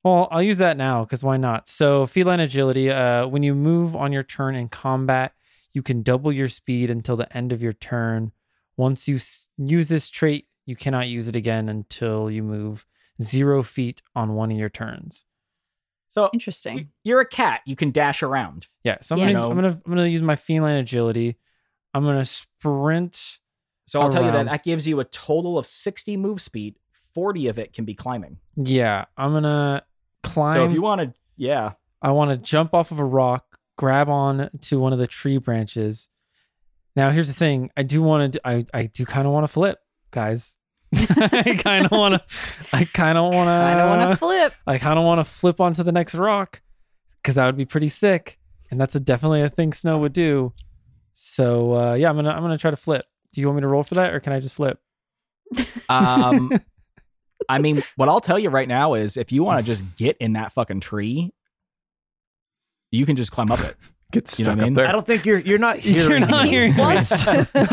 Speaker 4: Well, I'll use that now because why not? So, feline agility. Uh, when you move on your turn in combat, you can double your speed until the end of your turn. Once you s- use this trait, you cannot use it again until you move zero feet on one of your turns.
Speaker 2: So
Speaker 6: Interesting.
Speaker 2: y- you're a cat. You can dash around.
Speaker 4: Yeah. So I'm
Speaker 6: Yeah.
Speaker 4: gonna
Speaker 2: No.
Speaker 4: I'm gonna I'm gonna use my feline agility. I'm gonna sprint.
Speaker 2: So I'll tell you that
Speaker 4: Around.
Speaker 2: that gives you a total of 60 move speed. 40 of it can be climbing.
Speaker 4: Yeah. I'm gonna climb.
Speaker 2: So if you want to, yeah.
Speaker 4: I want to jump off of a rock, grab on to one of the tree branches. Now, here's the thing: I do want to. I I do kind of want to flip, guys. I kind of want to. I kind of want to.
Speaker 6: I don't
Speaker 2: uh,
Speaker 6: want to flip.
Speaker 4: I kind of want to flip onto the next rock because that would be pretty sick, and that's a, definitely a thing Snow would do. So uh, yeah, I'm gonna I'm gonna try to flip. Do you want me to roll for that, or can I just flip?
Speaker 2: Um, I mean, what I'll tell you right now is if you want to just get in that fucking tree, you can just climb up it.
Speaker 5: Get
Speaker 2: You know
Speaker 5: stuck
Speaker 2: what I mean?
Speaker 5: up there.
Speaker 3: I don't think you're you're not hearing.
Speaker 4: You're not
Speaker 3: me.
Speaker 4: hearing me.
Speaker 6: What?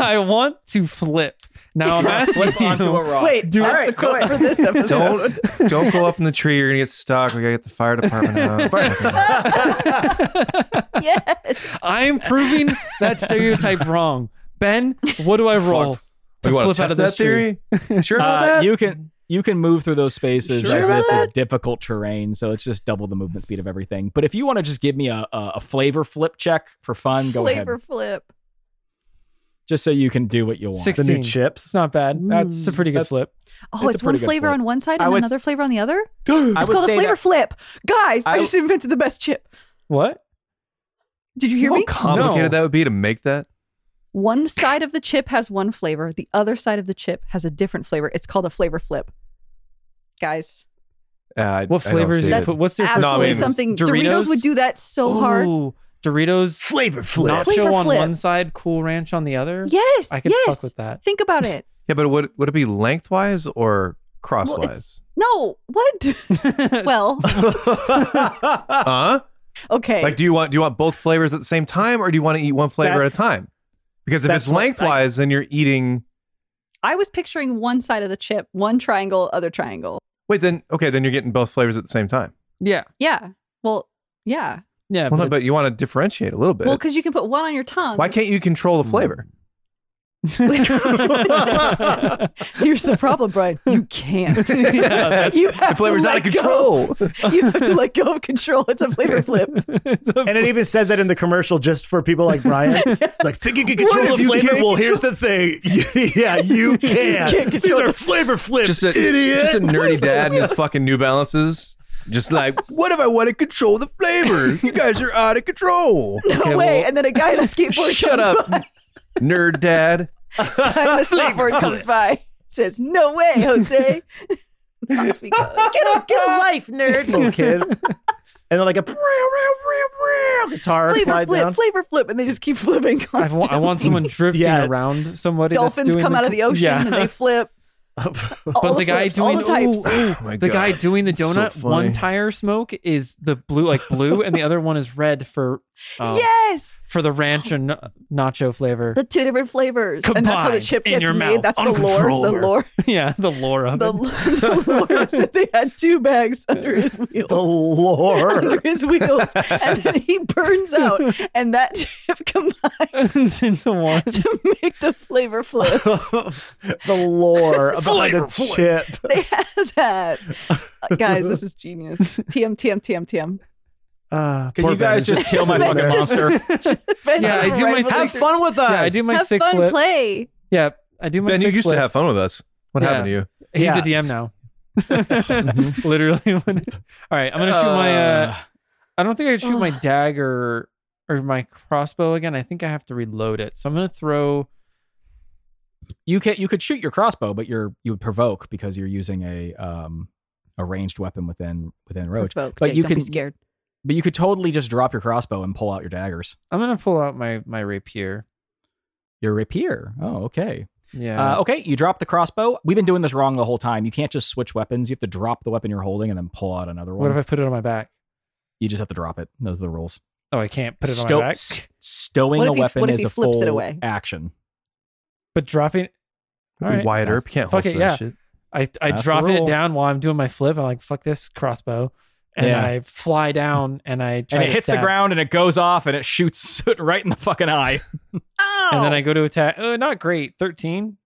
Speaker 4: I want to flip. Now I'm asking
Speaker 2: Flip
Speaker 4: you.
Speaker 2: onto a rock.
Speaker 8: Wait,
Speaker 4: Do
Speaker 8: that's
Speaker 4: it.
Speaker 8: the quote for this episode.
Speaker 5: Don't don't go up in the tree. You're gonna get stuck. We gotta get the fire department out.
Speaker 6: yes.
Speaker 4: I am proving that stereotype wrong. Ben, what do I roll to
Speaker 5: you
Speaker 4: flip
Speaker 5: want
Speaker 4: out
Speaker 5: to test
Speaker 4: of this
Speaker 5: that theory? Sure about
Speaker 2: Uh,
Speaker 5: that?
Speaker 2: you can you can move through those spaces
Speaker 5: Sure
Speaker 2: as
Speaker 5: about
Speaker 2: if it's difficult terrain, so it's just double the movement speed of everything. But if you want to just give me a, a, a flavor flip check for fun, go ahead.
Speaker 6: Flavor flip.
Speaker 2: Just so you can do what you want.
Speaker 4: Six-
Speaker 3: the new
Speaker 4: 16.
Speaker 3: chips.
Speaker 4: It's not bad.
Speaker 6: That's-
Speaker 4: That's a pretty good
Speaker 2: Mm, that's-
Speaker 4: flip.
Speaker 6: Oh,
Speaker 2: It's
Speaker 6: it's,
Speaker 2: a
Speaker 6: one
Speaker 2: pretty good
Speaker 6: flavor
Speaker 2: flip.
Speaker 6: on one side
Speaker 2: I
Speaker 6: and
Speaker 2: would s-
Speaker 6: another flavor on the other.
Speaker 2: I
Speaker 6: It's
Speaker 2: would
Speaker 6: called a
Speaker 2: say
Speaker 6: flavor
Speaker 2: that-
Speaker 6: flip. Guys, I,
Speaker 2: I-
Speaker 6: just invented the best chip.
Speaker 4: What?
Speaker 6: Did you hear
Speaker 4: How
Speaker 6: me?
Speaker 5: complicated
Speaker 4: No.
Speaker 5: that would be to make that.
Speaker 6: One side of the chip has one flavor. The other side of the chip has a different flavor. It's called a flavor flip. Guys,
Speaker 5: Uh, I-
Speaker 4: What
Speaker 5: I don't
Speaker 4: flavors?
Speaker 5: see
Speaker 4: you
Speaker 5: it.
Speaker 6: That's
Speaker 4: put? What's your first
Speaker 6: absolutely
Speaker 5: I mean,
Speaker 4: flavor?
Speaker 6: something. Doritos? would do that so hard.
Speaker 4: Ooh, Doritos
Speaker 3: Flavor
Speaker 4: nacho
Speaker 3: flip.
Speaker 6: Flavor
Speaker 4: on
Speaker 6: flip.
Speaker 4: one side, Cool Ranch on the other.
Speaker 6: Yes.
Speaker 4: I could
Speaker 6: yes.
Speaker 4: fuck with that.
Speaker 6: Think about it.
Speaker 5: Yeah, but would would it be lengthwise or crosswise?
Speaker 6: No, what? well,
Speaker 3: Ah.
Speaker 5: huh?
Speaker 6: okay.
Speaker 5: Like, do you want do you want both flavors at the same time, or do you want to eat one flavor at a
Speaker 3: That's-
Speaker 5: time? Because if
Speaker 3: that's
Speaker 5: it's
Speaker 3: what I-
Speaker 5: lengthwise, then you're eating.
Speaker 6: I was picturing one side of the chip, one triangle, other triangle.
Speaker 5: Wait, then okay, then you're getting both flavors at the same time.
Speaker 4: Yeah.
Speaker 6: Yeah. Well, yeah.
Speaker 4: Yeah.
Speaker 5: Well, no,
Speaker 4: it's-
Speaker 5: but you want to differentiate a little bit.
Speaker 6: Well, because you can put one on your tongue.
Speaker 5: Why can't you control the flavor?
Speaker 6: Here's the problem, Brian. You can't. you have
Speaker 5: The flavor's
Speaker 3: Oh
Speaker 6: to
Speaker 5: out of
Speaker 6: let go.
Speaker 5: control.
Speaker 6: You have to let go of control. It's a flavor flip.
Speaker 3: And it even says that in the commercial just for people like Brian. like, think you can
Speaker 1: What
Speaker 3: control
Speaker 1: if
Speaker 3: the
Speaker 1: you
Speaker 3: flavor?
Speaker 1: can't
Speaker 3: Well, here's the thing. yeah, you can.
Speaker 6: can't
Speaker 3: These
Speaker 6: control
Speaker 3: are flavor flips.
Speaker 5: Just a just a nerdy dad and his fucking New Balances. Just like, what if I want to control the flavor? You guys are out of control.
Speaker 6: No way. and then a guy on a skateboard
Speaker 5: shut
Speaker 6: comes
Speaker 5: up, nerd dad.
Speaker 6: by. Guy on a skateboard comes by. Says, no way, Jose. Off he goes.
Speaker 3: Get a life, nerd. Little kid. And then like a guitar
Speaker 6: Flavor
Speaker 3: slide
Speaker 6: flip,
Speaker 3: down.
Speaker 6: flavor flip, and they just keep flipping
Speaker 4: I
Speaker 6: constantly.
Speaker 4: wa- I want someone drifting
Speaker 3: Yeah.
Speaker 4: around somebody. that's
Speaker 6: Dolphins
Speaker 4: doing
Speaker 6: come out of the
Speaker 4: co-
Speaker 6: ocean
Speaker 4: Yeah.
Speaker 6: and they flip.
Speaker 4: but the guy doing
Speaker 6: all the types.
Speaker 4: ooh, ooh,
Speaker 5: Oh my
Speaker 4: the guy
Speaker 5: God.
Speaker 4: doing the
Speaker 5: It's so
Speaker 4: donut one
Speaker 5: funny.
Speaker 4: tire smoke is the blue like blue and the other one is red for uh,
Speaker 6: yes,
Speaker 4: for the ranch and na- nacho flavor.
Speaker 6: the two different flavors, and that's how the
Speaker 4: Combined
Speaker 6: chip
Speaker 4: in
Speaker 6: gets
Speaker 4: your
Speaker 6: made.
Speaker 4: mouth,
Speaker 6: that's the lore. The
Speaker 4: uncontrollable.
Speaker 6: lore.
Speaker 4: yeah, the lore of
Speaker 6: The,
Speaker 4: it.
Speaker 6: the lore is that they had two bags under his wheels.
Speaker 3: The
Speaker 6: under
Speaker 3: lore.
Speaker 6: his wheels, and then he burns out, and that chip combines
Speaker 4: It's into one.
Speaker 6: to make the flavor flip.
Speaker 3: the lore behind a chip.
Speaker 6: They had that, Uh, guys. This is genius. TM TM TM TM.
Speaker 3: Uh,
Speaker 2: Can
Speaker 3: poor
Speaker 2: you guys
Speaker 3: Ben.
Speaker 2: just kill my
Speaker 6: Ben's
Speaker 2: fucking
Speaker 6: just-
Speaker 2: monster?
Speaker 4: Yeah, I do my
Speaker 3: have fun with us?
Speaker 4: Yeah, I do my
Speaker 6: Have
Speaker 4: sick
Speaker 6: fun,
Speaker 4: flip.
Speaker 6: play.
Speaker 4: yeah, I do my
Speaker 5: Ben, you
Speaker 4: sick
Speaker 5: used
Speaker 4: flip.
Speaker 5: to have fun with us. What
Speaker 4: Yeah.
Speaker 5: happened to you?
Speaker 4: He's
Speaker 3: Yeah.
Speaker 4: the DM now. Literally. When it- all right, I'm gonna shoot my. Uh, I don't think I shoot my dagger or my crossbow again. I think I have to reload it. So I'm gonna throw.
Speaker 2: You can you could shoot your crossbow, but you're you would provoke because you're using a um a ranged weapon within within roach.
Speaker 6: Provoke,
Speaker 2: But
Speaker 6: Jake,
Speaker 2: you
Speaker 6: don't be
Speaker 2: can-
Speaker 6: scared.
Speaker 2: But you could totally just drop your crossbow and pull out your daggers.
Speaker 4: I'm gonna pull out my my rapier.
Speaker 2: Your rapier. Oh, okay.
Speaker 4: Yeah.
Speaker 2: Uh, okay, you drop the crossbow. We've been doing this wrong the whole time. You can't just switch weapons. You have to drop the weapon you're holding and then pull out another
Speaker 4: what
Speaker 2: one.
Speaker 4: if I put it on my back?
Speaker 2: you just have to drop it. Those are the rules.
Speaker 4: Oh, I can't put it on
Speaker 2: Stow-
Speaker 4: my back.
Speaker 2: s- stowing
Speaker 6: What
Speaker 2: a
Speaker 6: if he-
Speaker 2: weapon
Speaker 6: what if
Speaker 2: is
Speaker 6: he
Speaker 2: a
Speaker 6: flips
Speaker 2: full
Speaker 6: it away?
Speaker 2: action.
Speaker 4: But dropping. All right.
Speaker 5: Wyatt Earp can't
Speaker 4: Fuck
Speaker 5: hold
Speaker 4: it,
Speaker 5: for that
Speaker 4: yeah.
Speaker 5: shit.
Speaker 4: I, I
Speaker 2: That's the
Speaker 4: drop
Speaker 2: rule.
Speaker 4: it down while I'm doing my flip. I'm like, fuck this crossbow. And
Speaker 2: Yeah.
Speaker 4: I fly down and I try
Speaker 2: And it
Speaker 4: to
Speaker 2: hits the
Speaker 4: stab.
Speaker 2: ground and it goes off and it shoots it right in the fucking eye.
Speaker 6: Ow!
Speaker 4: And then I go to attack. Oh, not great. 13.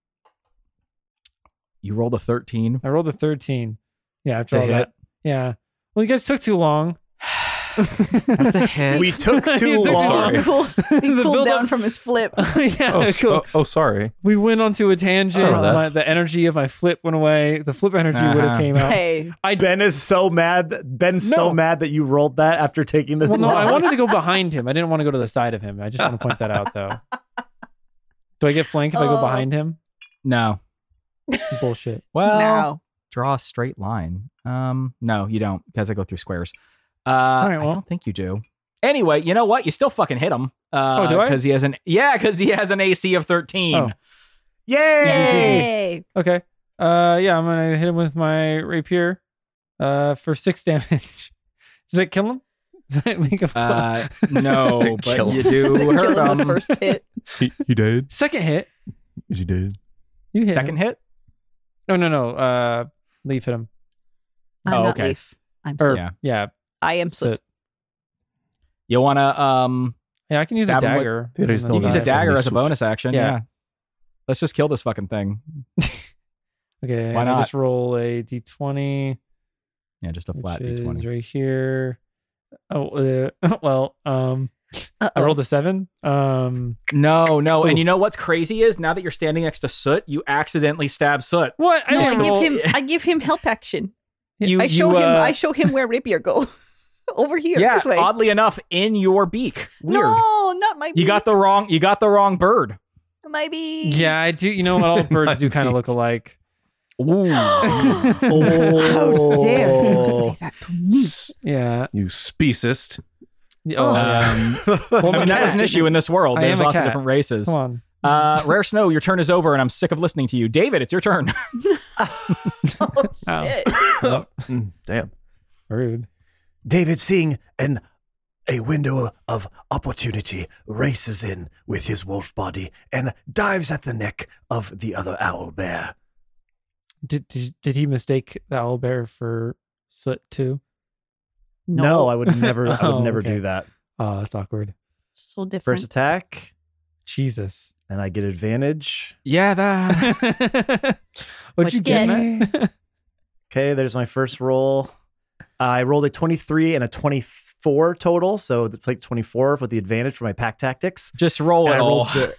Speaker 2: You rolled a 13
Speaker 4: I rolled a 13. Yeah, after
Speaker 2: to
Speaker 4: all
Speaker 2: hit.
Speaker 4: that. Yeah. Well, you guys took too long.
Speaker 2: That's a hit.
Speaker 3: We took too
Speaker 4: It's a-
Speaker 3: long.
Speaker 5: Sorry.
Speaker 6: Oh. cool. He
Speaker 4: The
Speaker 6: cooled
Speaker 4: build-up-
Speaker 6: down from his flip.
Speaker 4: yeah,
Speaker 5: Oh,
Speaker 4: cool.
Speaker 5: so- oh, sorry.
Speaker 4: We went onto a tangent.
Speaker 5: Sorry about that.
Speaker 4: My, the energy of my flip went away. The flip energy would
Speaker 2: Uh-huh.
Speaker 4: have came out.
Speaker 6: Hey,
Speaker 3: Ben is so mad. that- Ben's so
Speaker 4: No.
Speaker 3: mad that you rolled that after taking this.
Speaker 4: Well, no,
Speaker 3: long.
Speaker 4: I wanted to go behind him. I didn't want to go to the side of him. I just want to point that out, though. Do I get flank if I
Speaker 2: Uh,
Speaker 4: go
Speaker 6: Oh.
Speaker 4: behind him?
Speaker 2: No.
Speaker 4: Bullshit.
Speaker 2: Well,
Speaker 6: now
Speaker 2: draw a straight line. Um, no, you don't because I go through squares. Uh,
Speaker 4: right,
Speaker 2: I
Speaker 4: well.
Speaker 2: don't think you do. Anyway, you know what? You still fucking hit him. Uh,
Speaker 4: Oh, do I?
Speaker 2: Because he has an yeah, because he has an AC of thirteen.
Speaker 4: Oh.
Speaker 3: Yay!
Speaker 6: Yay!
Speaker 4: Okay. Uh, yeah, I'm gonna hit him with my rapier, uh, for six damage. Does that kill him? Does that make a
Speaker 2: Uh, no,
Speaker 5: Doesn't
Speaker 2: but
Speaker 5: kill
Speaker 2: you um,
Speaker 5: him.
Speaker 2: do
Speaker 6: Doesn't
Speaker 2: hurt
Speaker 6: kill him the
Speaker 2: him.
Speaker 6: first hit.
Speaker 5: He, he did.
Speaker 4: second hit?
Speaker 5: He did.
Speaker 4: You hit
Speaker 2: Second
Speaker 4: Him.
Speaker 2: hit.
Speaker 4: No, no, no. Uh, leaf hit him.
Speaker 6: I'm
Speaker 2: Oh,
Speaker 6: not
Speaker 2: okay. Er,
Speaker 6: Leaf. I'm
Speaker 4: Or
Speaker 6: Soot.
Speaker 2: Yeah.
Speaker 4: yeah, yeah.
Speaker 6: I am Soot.
Speaker 4: so-
Speaker 2: You want to um,
Speaker 4: yeah I can use
Speaker 2: Stab
Speaker 4: a
Speaker 2: him with-
Speaker 4: dagger.
Speaker 5: Dude, I just
Speaker 4: on
Speaker 5: No,
Speaker 2: you
Speaker 4: the
Speaker 2: can use a
Speaker 5: not
Speaker 4: side.
Speaker 2: dagger
Speaker 5: only
Speaker 2: as a
Speaker 5: suit.
Speaker 2: bonus action. Yeah.
Speaker 4: Yeah.
Speaker 2: Let's just kill this fucking thing.
Speaker 4: Okay,
Speaker 2: Why
Speaker 4: and I
Speaker 2: not?
Speaker 4: just roll a d20,
Speaker 2: Yeah, just a flat
Speaker 4: which is
Speaker 2: d20.
Speaker 4: right here. Oh, uh, well, um, I
Speaker 6: Uh-oh.
Speaker 4: rolled a seven. Um,
Speaker 2: No, no. And
Speaker 4: Ooh.
Speaker 2: you know what's crazy is now that you're standing next to Soot, you accidentally stab Soot.
Speaker 4: what? I
Speaker 6: No, I
Speaker 4: didn't roll.
Speaker 6: give him. I give him help action.
Speaker 2: You,
Speaker 6: I show
Speaker 2: you,
Speaker 6: him.
Speaker 2: uh,
Speaker 6: I show him where rapier go. Over here.
Speaker 2: yeah,
Speaker 6: This way.
Speaker 2: oddly enough, in your beak. Weird.
Speaker 6: No, not my.
Speaker 2: You got the wrong. You got the wrong bird.
Speaker 6: the my bee.
Speaker 4: Yeah, I do. You know what? All birds do kind of look alike.
Speaker 6: How dare you say
Speaker 3: Oh.
Speaker 6: that to me?
Speaker 4: Yeah.
Speaker 5: You speciest.
Speaker 4: Yeah,
Speaker 6: Oh.
Speaker 4: Oh, yeah.
Speaker 2: Um, I
Speaker 4: Well,
Speaker 2: mean,
Speaker 4: I'm a
Speaker 2: that is an
Speaker 4: cat.
Speaker 2: issue in this world.
Speaker 4: I
Speaker 2: There's
Speaker 4: am a
Speaker 2: lots of
Speaker 4: cat.
Speaker 2: different races.
Speaker 4: Come on.
Speaker 2: Uh, Rare Snow, your turn is over, and I'm sick of listening to you. David, it's your turn.
Speaker 6: Oh,
Speaker 4: Ow.
Speaker 6: shit.
Speaker 5: Mm, Damn.
Speaker 4: Rude.
Speaker 1: David, seeing an a window of opportunity, races in with his wolf body and dives at the neck of the other owl bear.
Speaker 4: Did, did did he mistake the owl bear for soot too?
Speaker 3: No. I would never. I would
Speaker 4: Oh,
Speaker 3: never
Speaker 4: okay.
Speaker 3: do that.
Speaker 4: Oh, that's awkward.
Speaker 6: so different.
Speaker 3: First attack.
Speaker 4: Jesus.
Speaker 3: and I get advantage.
Speaker 4: Yeah, that.
Speaker 7: What'd you get?
Speaker 4: Matt?
Speaker 3: Okay, there's my first roll. I rolled a 23 and a 24 total, so the like 24 with the advantage for my pack tactics.
Speaker 2: Just roll
Speaker 3: And
Speaker 2: it
Speaker 3: I
Speaker 2: all.
Speaker 3: rolled, da-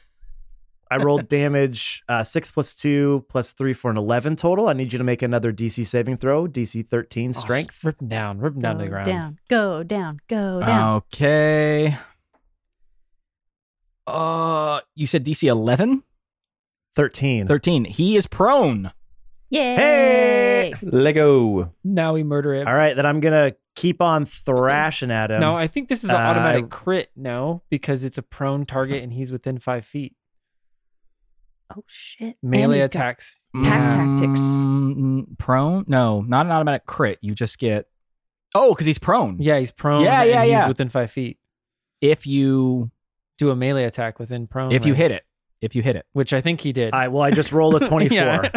Speaker 3: I rolled damage uh, six plus two plus three for an 11 total. I need you to make another DC saving throw, DC 13
Speaker 4: Oh,
Speaker 3: strength.
Speaker 4: s- rip 'em down, rip 'em down to the
Speaker 7: Go
Speaker 4: ground.
Speaker 7: Down, go down,
Speaker 2: Oh.
Speaker 7: go down.
Speaker 2: Okay. Uh, you said DC 11?
Speaker 3: 13.
Speaker 2: 13. He is prone.
Speaker 7: Yay!
Speaker 3: Hey!
Speaker 5: Lego.
Speaker 4: Now we murder him.
Speaker 3: All right, then I'm going to keep on thrashing at him.
Speaker 4: No, I think this is an
Speaker 3: Uh,
Speaker 4: automatic crit. No, because it's a prone target and he's within five feet.
Speaker 7: Oh shit! And
Speaker 4: Melee
Speaker 7: he's got-
Speaker 4: attacks.
Speaker 7: Pack
Speaker 4: Yeah.
Speaker 7: tactics.
Speaker 2: Mm, prone? No, not an automatic crit. You just get. Oh, because he's prone.
Speaker 4: Yeah, he's prone.
Speaker 2: Yeah, yeah,
Speaker 4: and
Speaker 2: yeah.
Speaker 4: He's within five feet.
Speaker 2: If you
Speaker 4: Do a melee attack within prone.
Speaker 2: if you
Speaker 4: range,
Speaker 2: hit it, if you hit it,
Speaker 4: which I think he did.
Speaker 3: I, well, I just rolled a 24.
Speaker 4: Yeah.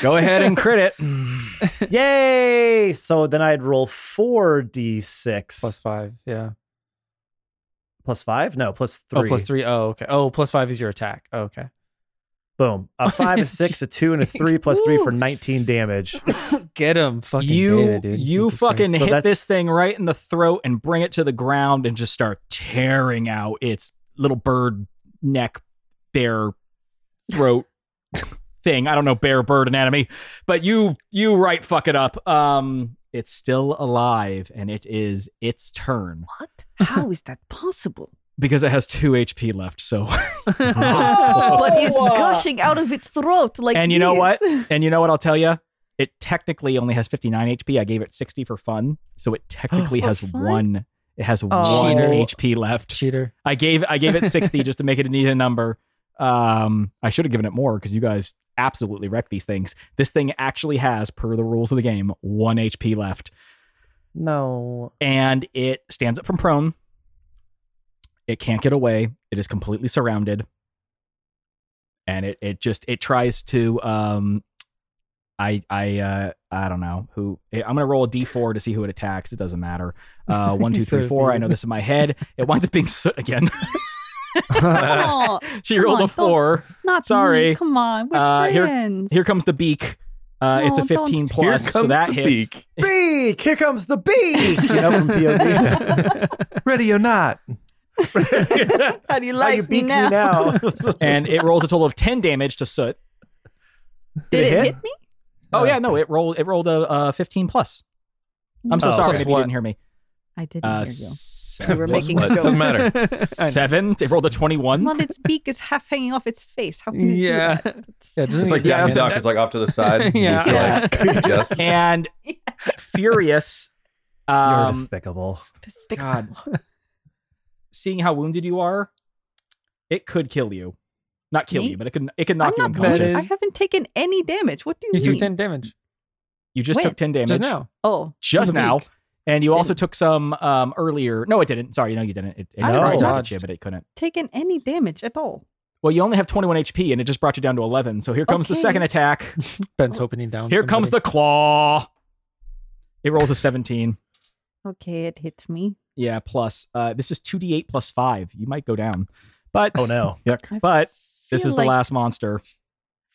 Speaker 2: go ahead and crit it.
Speaker 3: Yay! So then I'd roll 4d6
Speaker 4: plus five. Yeah.
Speaker 3: plus 5? No, plus 3.
Speaker 4: Oh, plus three. Oh, okay. Oh, plus five is your attack. Oh, okay.
Speaker 3: Boom. A 5, a 6, a 2, and a 3 plus 3 for 19 damage.
Speaker 4: Get him, fucking
Speaker 2: you
Speaker 4: David, dude.
Speaker 2: you
Speaker 4: Jesus Christ.
Speaker 2: fucking
Speaker 3: So
Speaker 2: hit
Speaker 3: that's-
Speaker 2: this thing right in the throat and bring it to the ground and just start tearing out its little bird neck bear throat thing i don't know bear bird anatomy but you you right fuck it up um it's still alive and it is its turn
Speaker 7: What? How is that possible?
Speaker 2: because it has 2 hp left so
Speaker 7: but it's gushing out of its throat like.
Speaker 2: Oh. And you know
Speaker 7: this.
Speaker 2: and you know what i'll tell you it technically only has 59 hp i gave it 60 for fun so it technically
Speaker 7: Oh, For
Speaker 2: has
Speaker 7: fun?
Speaker 2: one it has
Speaker 3: Oh.
Speaker 2: one
Speaker 3: Cheater.
Speaker 2: hp left
Speaker 4: cheater.
Speaker 2: I gave I gave it 60 just to make it an even number. Um, I should have given it more because you guys absolutely wreck these things. This thing actually has, per the rules of the game, one HP left,
Speaker 3: No.
Speaker 2: and it stands up from prone. It can't get away. It is completely surrounded, and it it just it tries to um, I I uh, I don't know who eh, I'm gonna roll a D4 to see who it attacks. It doesn't matter. Uh, one two three
Speaker 4: So
Speaker 2: four. I
Speaker 4: mean.
Speaker 2: know this in my head. It winds up being soot again.
Speaker 7: Aw,
Speaker 2: she
Speaker 7: Come
Speaker 2: rolled a
Speaker 7: on, don't-
Speaker 2: four.
Speaker 7: not
Speaker 2: Sorry.
Speaker 7: Me. Come on, we're
Speaker 2: Uh, here-
Speaker 7: friends.
Speaker 2: Here comes the beak. Uh, it's a
Speaker 7: No,
Speaker 2: 15
Speaker 7: don't.
Speaker 2: plus,
Speaker 5: Here
Speaker 2: so
Speaker 5: comes
Speaker 2: that
Speaker 5: the
Speaker 2: hits.
Speaker 5: beak.
Speaker 3: Beak! Here comes the beak! You know, from POD.
Speaker 5: Ready or not.
Speaker 7: How do you
Speaker 3: Now
Speaker 7: like
Speaker 3: you beak
Speaker 7: me now?
Speaker 3: me now.
Speaker 2: and it rolls a total of 10 damage to Soot.
Speaker 7: Did it
Speaker 3: hit?
Speaker 7: hit me?
Speaker 2: Oh yeah, no, it rolled. It rolled a, uh 15 plus. I'm so
Speaker 3: Oh.
Speaker 2: sorry
Speaker 4: Plus
Speaker 2: if you
Speaker 4: what?
Speaker 2: didn't hear me.
Speaker 7: I didn't
Speaker 2: Uh,
Speaker 7: hear you.
Speaker 2: seven,
Speaker 7: We were
Speaker 5: Plus
Speaker 7: making
Speaker 5: what?
Speaker 7: a joke.
Speaker 5: Doesn't matter.
Speaker 2: seven. It rolled a 21.
Speaker 7: Well, its beak is half hanging off its face. How can it
Speaker 4: Yeah.
Speaker 7: do that? It's-
Speaker 4: Yeah, it doesn't
Speaker 5: It's like
Speaker 4: Yeah,
Speaker 5: Daffy
Speaker 4: that's-
Speaker 5: Duck. It's like off to the side.
Speaker 4: Yeah.
Speaker 5: It's like, just-
Speaker 2: And furious.
Speaker 3: You're
Speaker 2: Um,
Speaker 3: despicable.
Speaker 2: God, seeing how wounded you are, it could kill you. Not kill
Speaker 7: Me?
Speaker 2: you, but it could it could knock
Speaker 7: I'm
Speaker 2: you
Speaker 7: not
Speaker 2: unconscious.
Speaker 7: bad. I haven't taken any damage. What do
Speaker 4: You
Speaker 7: you,
Speaker 4: took
Speaker 7: mean?
Speaker 4: ten damage
Speaker 2: You just
Speaker 7: When?
Speaker 2: took 10 damage.
Speaker 4: just now.
Speaker 7: Oh,
Speaker 2: just
Speaker 4: From the
Speaker 2: now.
Speaker 4: beak.
Speaker 2: And you also
Speaker 7: Didn't.
Speaker 2: took some um, earlier. No, it didn't. Sorry, no, you didn't. It, it
Speaker 7: I
Speaker 2: tried to
Speaker 3: know.
Speaker 2: touch
Speaker 4: Dodged.
Speaker 2: you, but it couldn't.
Speaker 7: taken any damage at all?
Speaker 2: Well, you only have 21 HP, and it just brought you down to 11. So here comes the
Speaker 7: Okay.
Speaker 2: second attack.
Speaker 4: Ben's opening down.
Speaker 2: Here comes the
Speaker 4: somebody.
Speaker 2: claw. It rolls a 17.
Speaker 7: Okay, it hit me.
Speaker 2: Yeah, plus. Uh, this is 2d8 plus 5. You might go down. But
Speaker 3: Oh, no.
Speaker 5: Yuck.
Speaker 7: I
Speaker 2: but this
Speaker 7: feel
Speaker 2: is the
Speaker 7: like-
Speaker 2: last monster.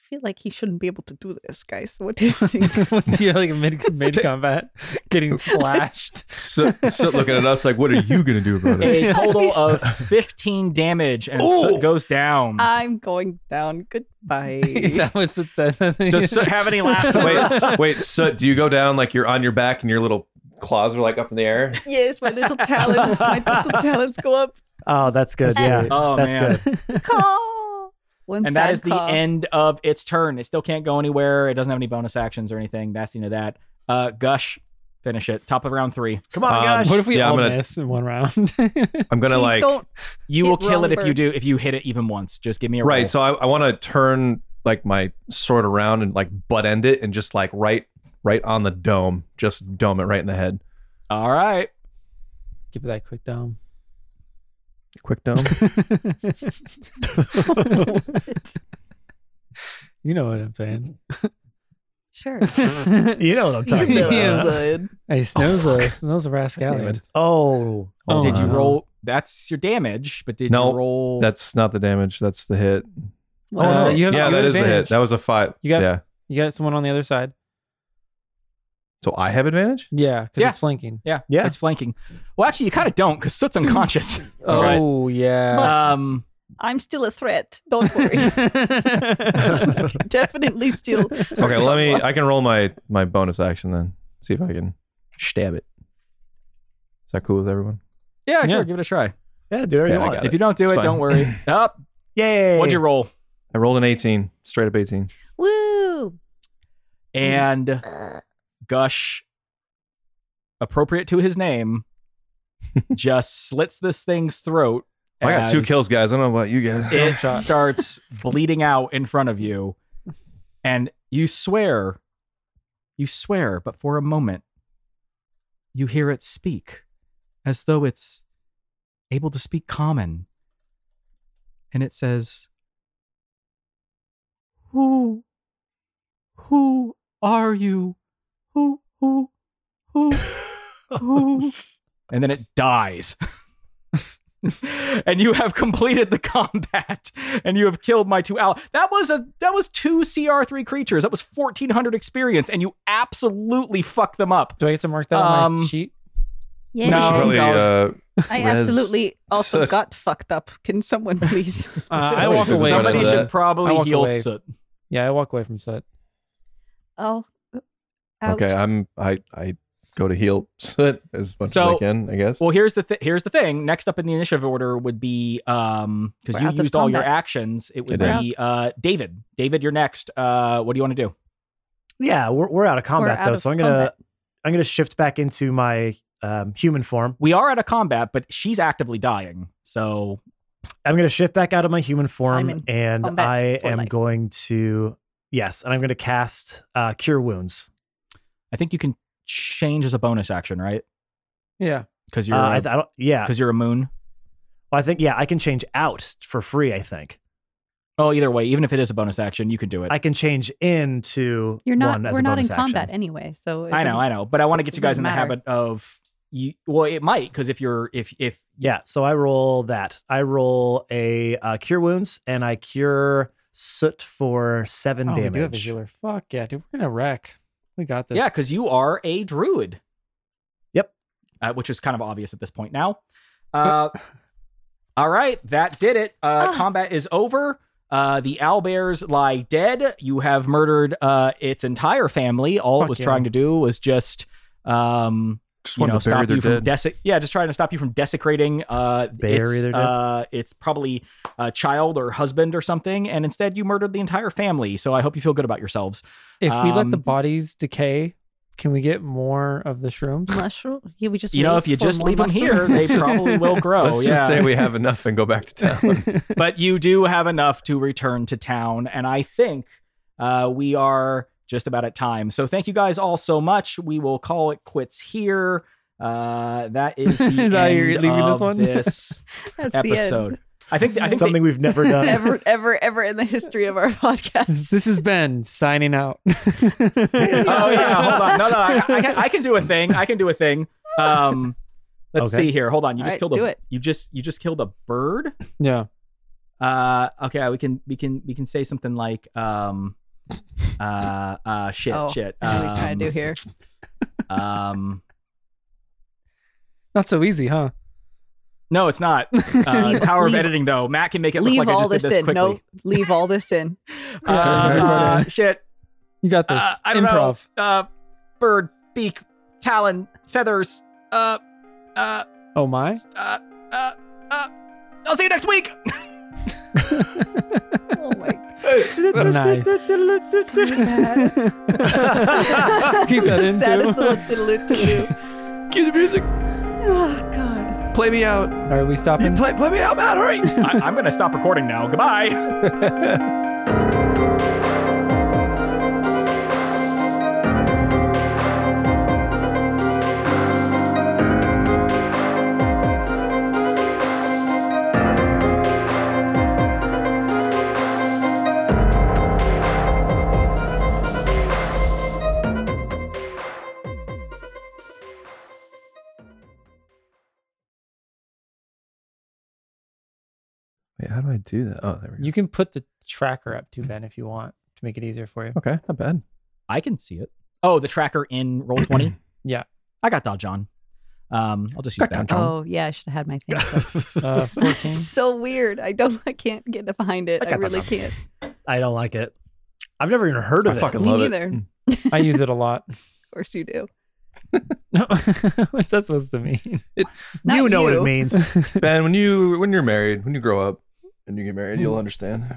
Speaker 7: I feel like he shouldn't be able to do this, guys. What do you think?
Speaker 4: You're like mid mid combat, getting slashed.
Speaker 5: So, so looking at us like, what are you going to do about it?
Speaker 2: A total of 15 damage, and
Speaker 5: Ooh.
Speaker 2: Soot goes down.
Speaker 7: I'm going down. Goodbye.
Speaker 4: that was it. says.
Speaker 2: Does Soot have any last words?
Speaker 5: Wait, wait. So do you go down like you're on your back and your little claws are like up in the air?
Speaker 7: yes, my little talents, my little talents go up.
Speaker 3: Oh, that's good. Yeah.
Speaker 2: Oh,
Speaker 3: that's
Speaker 2: man.
Speaker 3: good.
Speaker 7: Caw. One
Speaker 2: and that
Speaker 7: sad
Speaker 2: is the
Speaker 7: caw.
Speaker 2: end of its turn. It still can't go anywhere. It doesn't have any bonus actions or anything. That's the end of that. Uh, Gush, finish it. Top of round three.
Speaker 3: Come on,
Speaker 5: Um,
Speaker 3: guys.
Speaker 4: What if we
Speaker 5: Yeah, I'm
Speaker 4: all
Speaker 5: gonna-
Speaker 4: miss in one round?
Speaker 5: I'm going to
Speaker 7: Please
Speaker 5: like.
Speaker 7: don't.
Speaker 2: You
Speaker 7: Hit
Speaker 2: will kill
Speaker 7: wrong
Speaker 2: it if you
Speaker 7: bird.
Speaker 2: do. If you hit it even once, just give me a roll.
Speaker 5: Right. So I, I want to turn like my sword around and like butt end it and just like right right on the dome. Just dome it right in the head.
Speaker 2: all right.
Speaker 4: Give it that quick dome.
Speaker 5: Quick dome.
Speaker 4: You know what I'm saying?
Speaker 7: Sure.
Speaker 3: you know what I'm talking
Speaker 4: Yeah.
Speaker 3: about.
Speaker 4: Oh, Hey, Snow's a Snow's a
Speaker 5: Damn
Speaker 4: rascallion.
Speaker 5: it.
Speaker 3: Oh.
Speaker 4: Oh,
Speaker 2: Did you
Speaker 4: wow.
Speaker 2: roll? That's your damage, but did
Speaker 5: No,
Speaker 2: you roll?
Speaker 5: That's not the damage. That's the hit.
Speaker 7: What
Speaker 4: Uh,
Speaker 7: is it?
Speaker 4: you have-
Speaker 5: yeah,
Speaker 4: you have
Speaker 5: that is the
Speaker 4: advantage.
Speaker 5: hit. That was a five.
Speaker 4: You got-
Speaker 5: yeah.
Speaker 4: You got someone on the other side.
Speaker 5: So I have advantage.
Speaker 4: Yeah, because
Speaker 2: Yeah.
Speaker 4: it's flanking.
Speaker 2: yeah,
Speaker 3: Yeah.
Speaker 2: It's flanking. Well, actually, you kind of don't because Soot's unconscious.
Speaker 5: Alright.
Speaker 4: Oh yeah.
Speaker 7: But-
Speaker 2: um,
Speaker 7: I'm still a threat. Don't worry. Definitely still.
Speaker 5: Okay, let me. I can roll my my bonus action then. See if I can stab it. Is that cool with everyone?
Speaker 2: yeah, sure.
Speaker 4: Yeah.
Speaker 2: Give it a try.
Speaker 3: Yeah, do whatever
Speaker 5: Yeah, I
Speaker 3: you want.
Speaker 5: got
Speaker 2: If you don't do
Speaker 5: It's
Speaker 2: it, don't
Speaker 5: fine.
Speaker 2: worry. Up.
Speaker 3: Yay!
Speaker 2: What'd you roll?
Speaker 5: I rolled an 18, straight up 18.
Speaker 7: Woo!
Speaker 2: And Gush, appropriate to his name, just slits this thing's throat.
Speaker 5: Oh, I got two
Speaker 2: as
Speaker 5: kills, guys. I don't know about you guys.
Speaker 2: It starts bleeding out in front of you, and you swear, you swear, but for a moment, you hear it speak as though it's able to speak common. And it says, Who, who are you? Who, who, who, who? and then it dies. and you have completed the combat and you have killed my two allies. That was a that was two CR3 creatures. That was 1400 experience and you absolutely fucked them up.
Speaker 4: Do I get to mark that on my
Speaker 2: Um,
Speaker 4: sheet?
Speaker 7: Yeah.
Speaker 2: No.
Speaker 5: should probably, uh,
Speaker 7: I
Speaker 5: Res-
Speaker 7: absolutely also
Speaker 5: Soot.
Speaker 7: got fucked up. Can someone please?
Speaker 4: Uh, I
Speaker 5: Somebody
Speaker 4: walk
Speaker 5: should-
Speaker 4: away. from
Speaker 2: Somebody
Speaker 5: from
Speaker 2: should
Speaker 5: that.
Speaker 4: I
Speaker 2: probably
Speaker 4: walk
Speaker 2: heal
Speaker 4: away.
Speaker 2: Soot.
Speaker 4: Yeah, I walk away from Soot.
Speaker 7: oh. Ouch.
Speaker 5: okay, I'm I I go to heal Soot as much as
Speaker 2: So-
Speaker 5: I can, I guess.
Speaker 2: Well, here's the th- here's the thing. Next up in the initiative order would be um because
Speaker 7: We're
Speaker 2: you
Speaker 7: out of
Speaker 2: used all your
Speaker 7: combat.
Speaker 2: actions. It would
Speaker 5: It
Speaker 2: be uh David. David, you're next. Uh, what do you want to do?
Speaker 3: Yeah, we're, we're out of combat
Speaker 7: out
Speaker 3: though,
Speaker 7: of
Speaker 3: so I'm gonna
Speaker 7: combat.
Speaker 3: I'm gonna shift back into my um, human form.
Speaker 2: We are out of combat, but she's actively dying. So
Speaker 3: I'm gonna shift back out of my human form,
Speaker 7: in
Speaker 3: and
Speaker 7: combat
Speaker 3: I
Speaker 7: for
Speaker 3: am
Speaker 7: life.
Speaker 3: going to yes, and I'm gonna cast uh, Cure Wounds.
Speaker 2: I think you can change as a bonus action, right?
Speaker 4: Yeah.
Speaker 2: Because
Speaker 3: Uh,
Speaker 2: you're
Speaker 3: I,
Speaker 2: a-
Speaker 3: th- I don't, yeah,
Speaker 2: because you're a moon.
Speaker 3: well, I think yeah, I can change out for free. I think
Speaker 2: Oh, either way, even if it is a bonus action, you can do it.
Speaker 3: I can change into
Speaker 7: You're not.
Speaker 3: one as
Speaker 7: We're
Speaker 3: a
Speaker 7: not in
Speaker 3: bonus action.
Speaker 7: combat anyway, so it
Speaker 2: I know,
Speaker 7: wouldn't-
Speaker 2: I know, but I want to get
Speaker 7: it
Speaker 2: you guys in
Speaker 7: doesn't
Speaker 2: the
Speaker 7: matter.
Speaker 2: habit of you. Well, it might because if you're if if
Speaker 3: Yeah, so I roll that. I roll a uh, Cure Wounds, and I cure soot for seven
Speaker 4: Oh, we do have a
Speaker 3: damage.
Speaker 4: healer. Fuck yeah, dude. We're gonna wreck. We got this.
Speaker 2: yeah, because you are a druid.
Speaker 3: Yep.
Speaker 2: uh, which is kind of obvious at this point now. Uh, all right, that did it. Uh, combat is over. Uh, the owlbears lie dead. You have murdered uh, its entire family. All it
Speaker 4: Fuck
Speaker 2: was
Speaker 4: yeah.
Speaker 2: trying to do was just um,
Speaker 5: just
Speaker 2: you
Speaker 5: wanted
Speaker 2: know,
Speaker 5: to bury
Speaker 2: stop
Speaker 5: their
Speaker 2: you from
Speaker 5: dead.
Speaker 2: desec- yeah, just trying to stop you from desecrating uh
Speaker 3: Bury
Speaker 2: it's,
Speaker 3: their dead.
Speaker 2: uh it's probably a child or husband or something and instead you murdered the entire family. So I hope you feel good about yourselves.
Speaker 4: if we let the
Speaker 2: um,
Speaker 4: bodies decay, can we get more of the shrooms?
Speaker 7: Mushroom. Yeah, we just.
Speaker 2: you know,
Speaker 7: wait
Speaker 2: if you
Speaker 7: for
Speaker 2: just
Speaker 7: more
Speaker 2: leave them here,
Speaker 7: mushrooms.
Speaker 2: they
Speaker 5: Let's just-
Speaker 2: probably will grow.
Speaker 5: Let's
Speaker 2: Oh, yeah.
Speaker 5: just say we have enough and go back to town.
Speaker 2: but you do have enough to return to town, and I think uh, we are just about at time. So thank you guys all so much. We will call it quits here. Uh, that is the
Speaker 4: Is
Speaker 2: end
Speaker 4: that how you're leaving this
Speaker 2: of
Speaker 4: one?
Speaker 2: this
Speaker 7: That's
Speaker 2: episode. I think I think
Speaker 3: Something we've never
Speaker 7: The
Speaker 3: done.
Speaker 7: end. ever, ever, ever in the history of our podcast.
Speaker 4: this is Ben signing out.
Speaker 2: they- oh yeah, hold on. No, no, I, I, can, I can do a thing. I can do a thing. Um, let's
Speaker 3: Okay.
Speaker 2: see here. Hold on. You
Speaker 7: All
Speaker 2: just
Speaker 7: right,
Speaker 2: killed
Speaker 7: do
Speaker 2: a
Speaker 7: it.
Speaker 2: you just you just killed a bird.
Speaker 4: yeah.
Speaker 2: Uh, okay, we can we can we can say something like um, uh, uh, shit,
Speaker 7: Oh,
Speaker 2: shit.
Speaker 7: I know what he's trying
Speaker 2: Um,
Speaker 7: to do here.
Speaker 2: here. Um,
Speaker 4: Not so easy, huh?
Speaker 2: no, it's not. Uh,
Speaker 7: Leave-
Speaker 2: the power
Speaker 7: leave-
Speaker 2: of editing, though. Matt can make it look
Speaker 7: Leave
Speaker 2: like I
Speaker 7: all
Speaker 2: just did
Speaker 7: this
Speaker 2: this
Speaker 7: in.
Speaker 2: quickly.
Speaker 7: No, leave all this in.
Speaker 2: Uh, uh, shit.
Speaker 4: You got this.
Speaker 2: Uh, I don't
Speaker 4: Improv.
Speaker 2: know. Uh, bird, beak, talon, feathers. Uh, uh,
Speaker 4: Oh my.
Speaker 2: uh, uh, uh. I'll see you next week.
Speaker 7: Oh my.
Speaker 4: nice. Keep that in
Speaker 7: Saddest
Speaker 4: too.
Speaker 7: little diddle do.
Speaker 5: Cue the music.
Speaker 7: Oh god.
Speaker 5: Play me out.
Speaker 4: All right, we stopping.
Speaker 5: Play, play me out, Matt. Hurry.
Speaker 2: I- I'm gonna stop recording now. Goodbye.
Speaker 5: Wait, how do I do that? Oh, there we go.
Speaker 4: You can put the tracker up too, Ben, if you want to make it easier for you.
Speaker 5: okay, not bad.
Speaker 2: I can see it. Oh, the tracker in roll twenty.
Speaker 4: Yeah.
Speaker 2: I got dodge on. Um, I'll just use
Speaker 5: Got
Speaker 2: that.
Speaker 5: dodge on.
Speaker 7: Oh yeah, I should have had my thing. up.
Speaker 4: Uh, 14.
Speaker 7: so weird. I don't. I can't get behind it.
Speaker 3: I
Speaker 7: I,
Speaker 3: got that
Speaker 7: really
Speaker 3: one.
Speaker 7: can't.
Speaker 3: I don't like it. I've never even heard of
Speaker 5: I
Speaker 3: it.
Speaker 5: fucking
Speaker 7: Me
Speaker 5: love
Speaker 7: neither.
Speaker 5: it. Mm.
Speaker 4: I use it a lot.
Speaker 7: Of course you do.
Speaker 4: No, what's that supposed to mean?
Speaker 7: Not
Speaker 3: you know what it
Speaker 7: you.
Speaker 3: means.
Speaker 2: Mm.
Speaker 5: Ben, when you when you're married, when you grow up and you get married, you'll understand.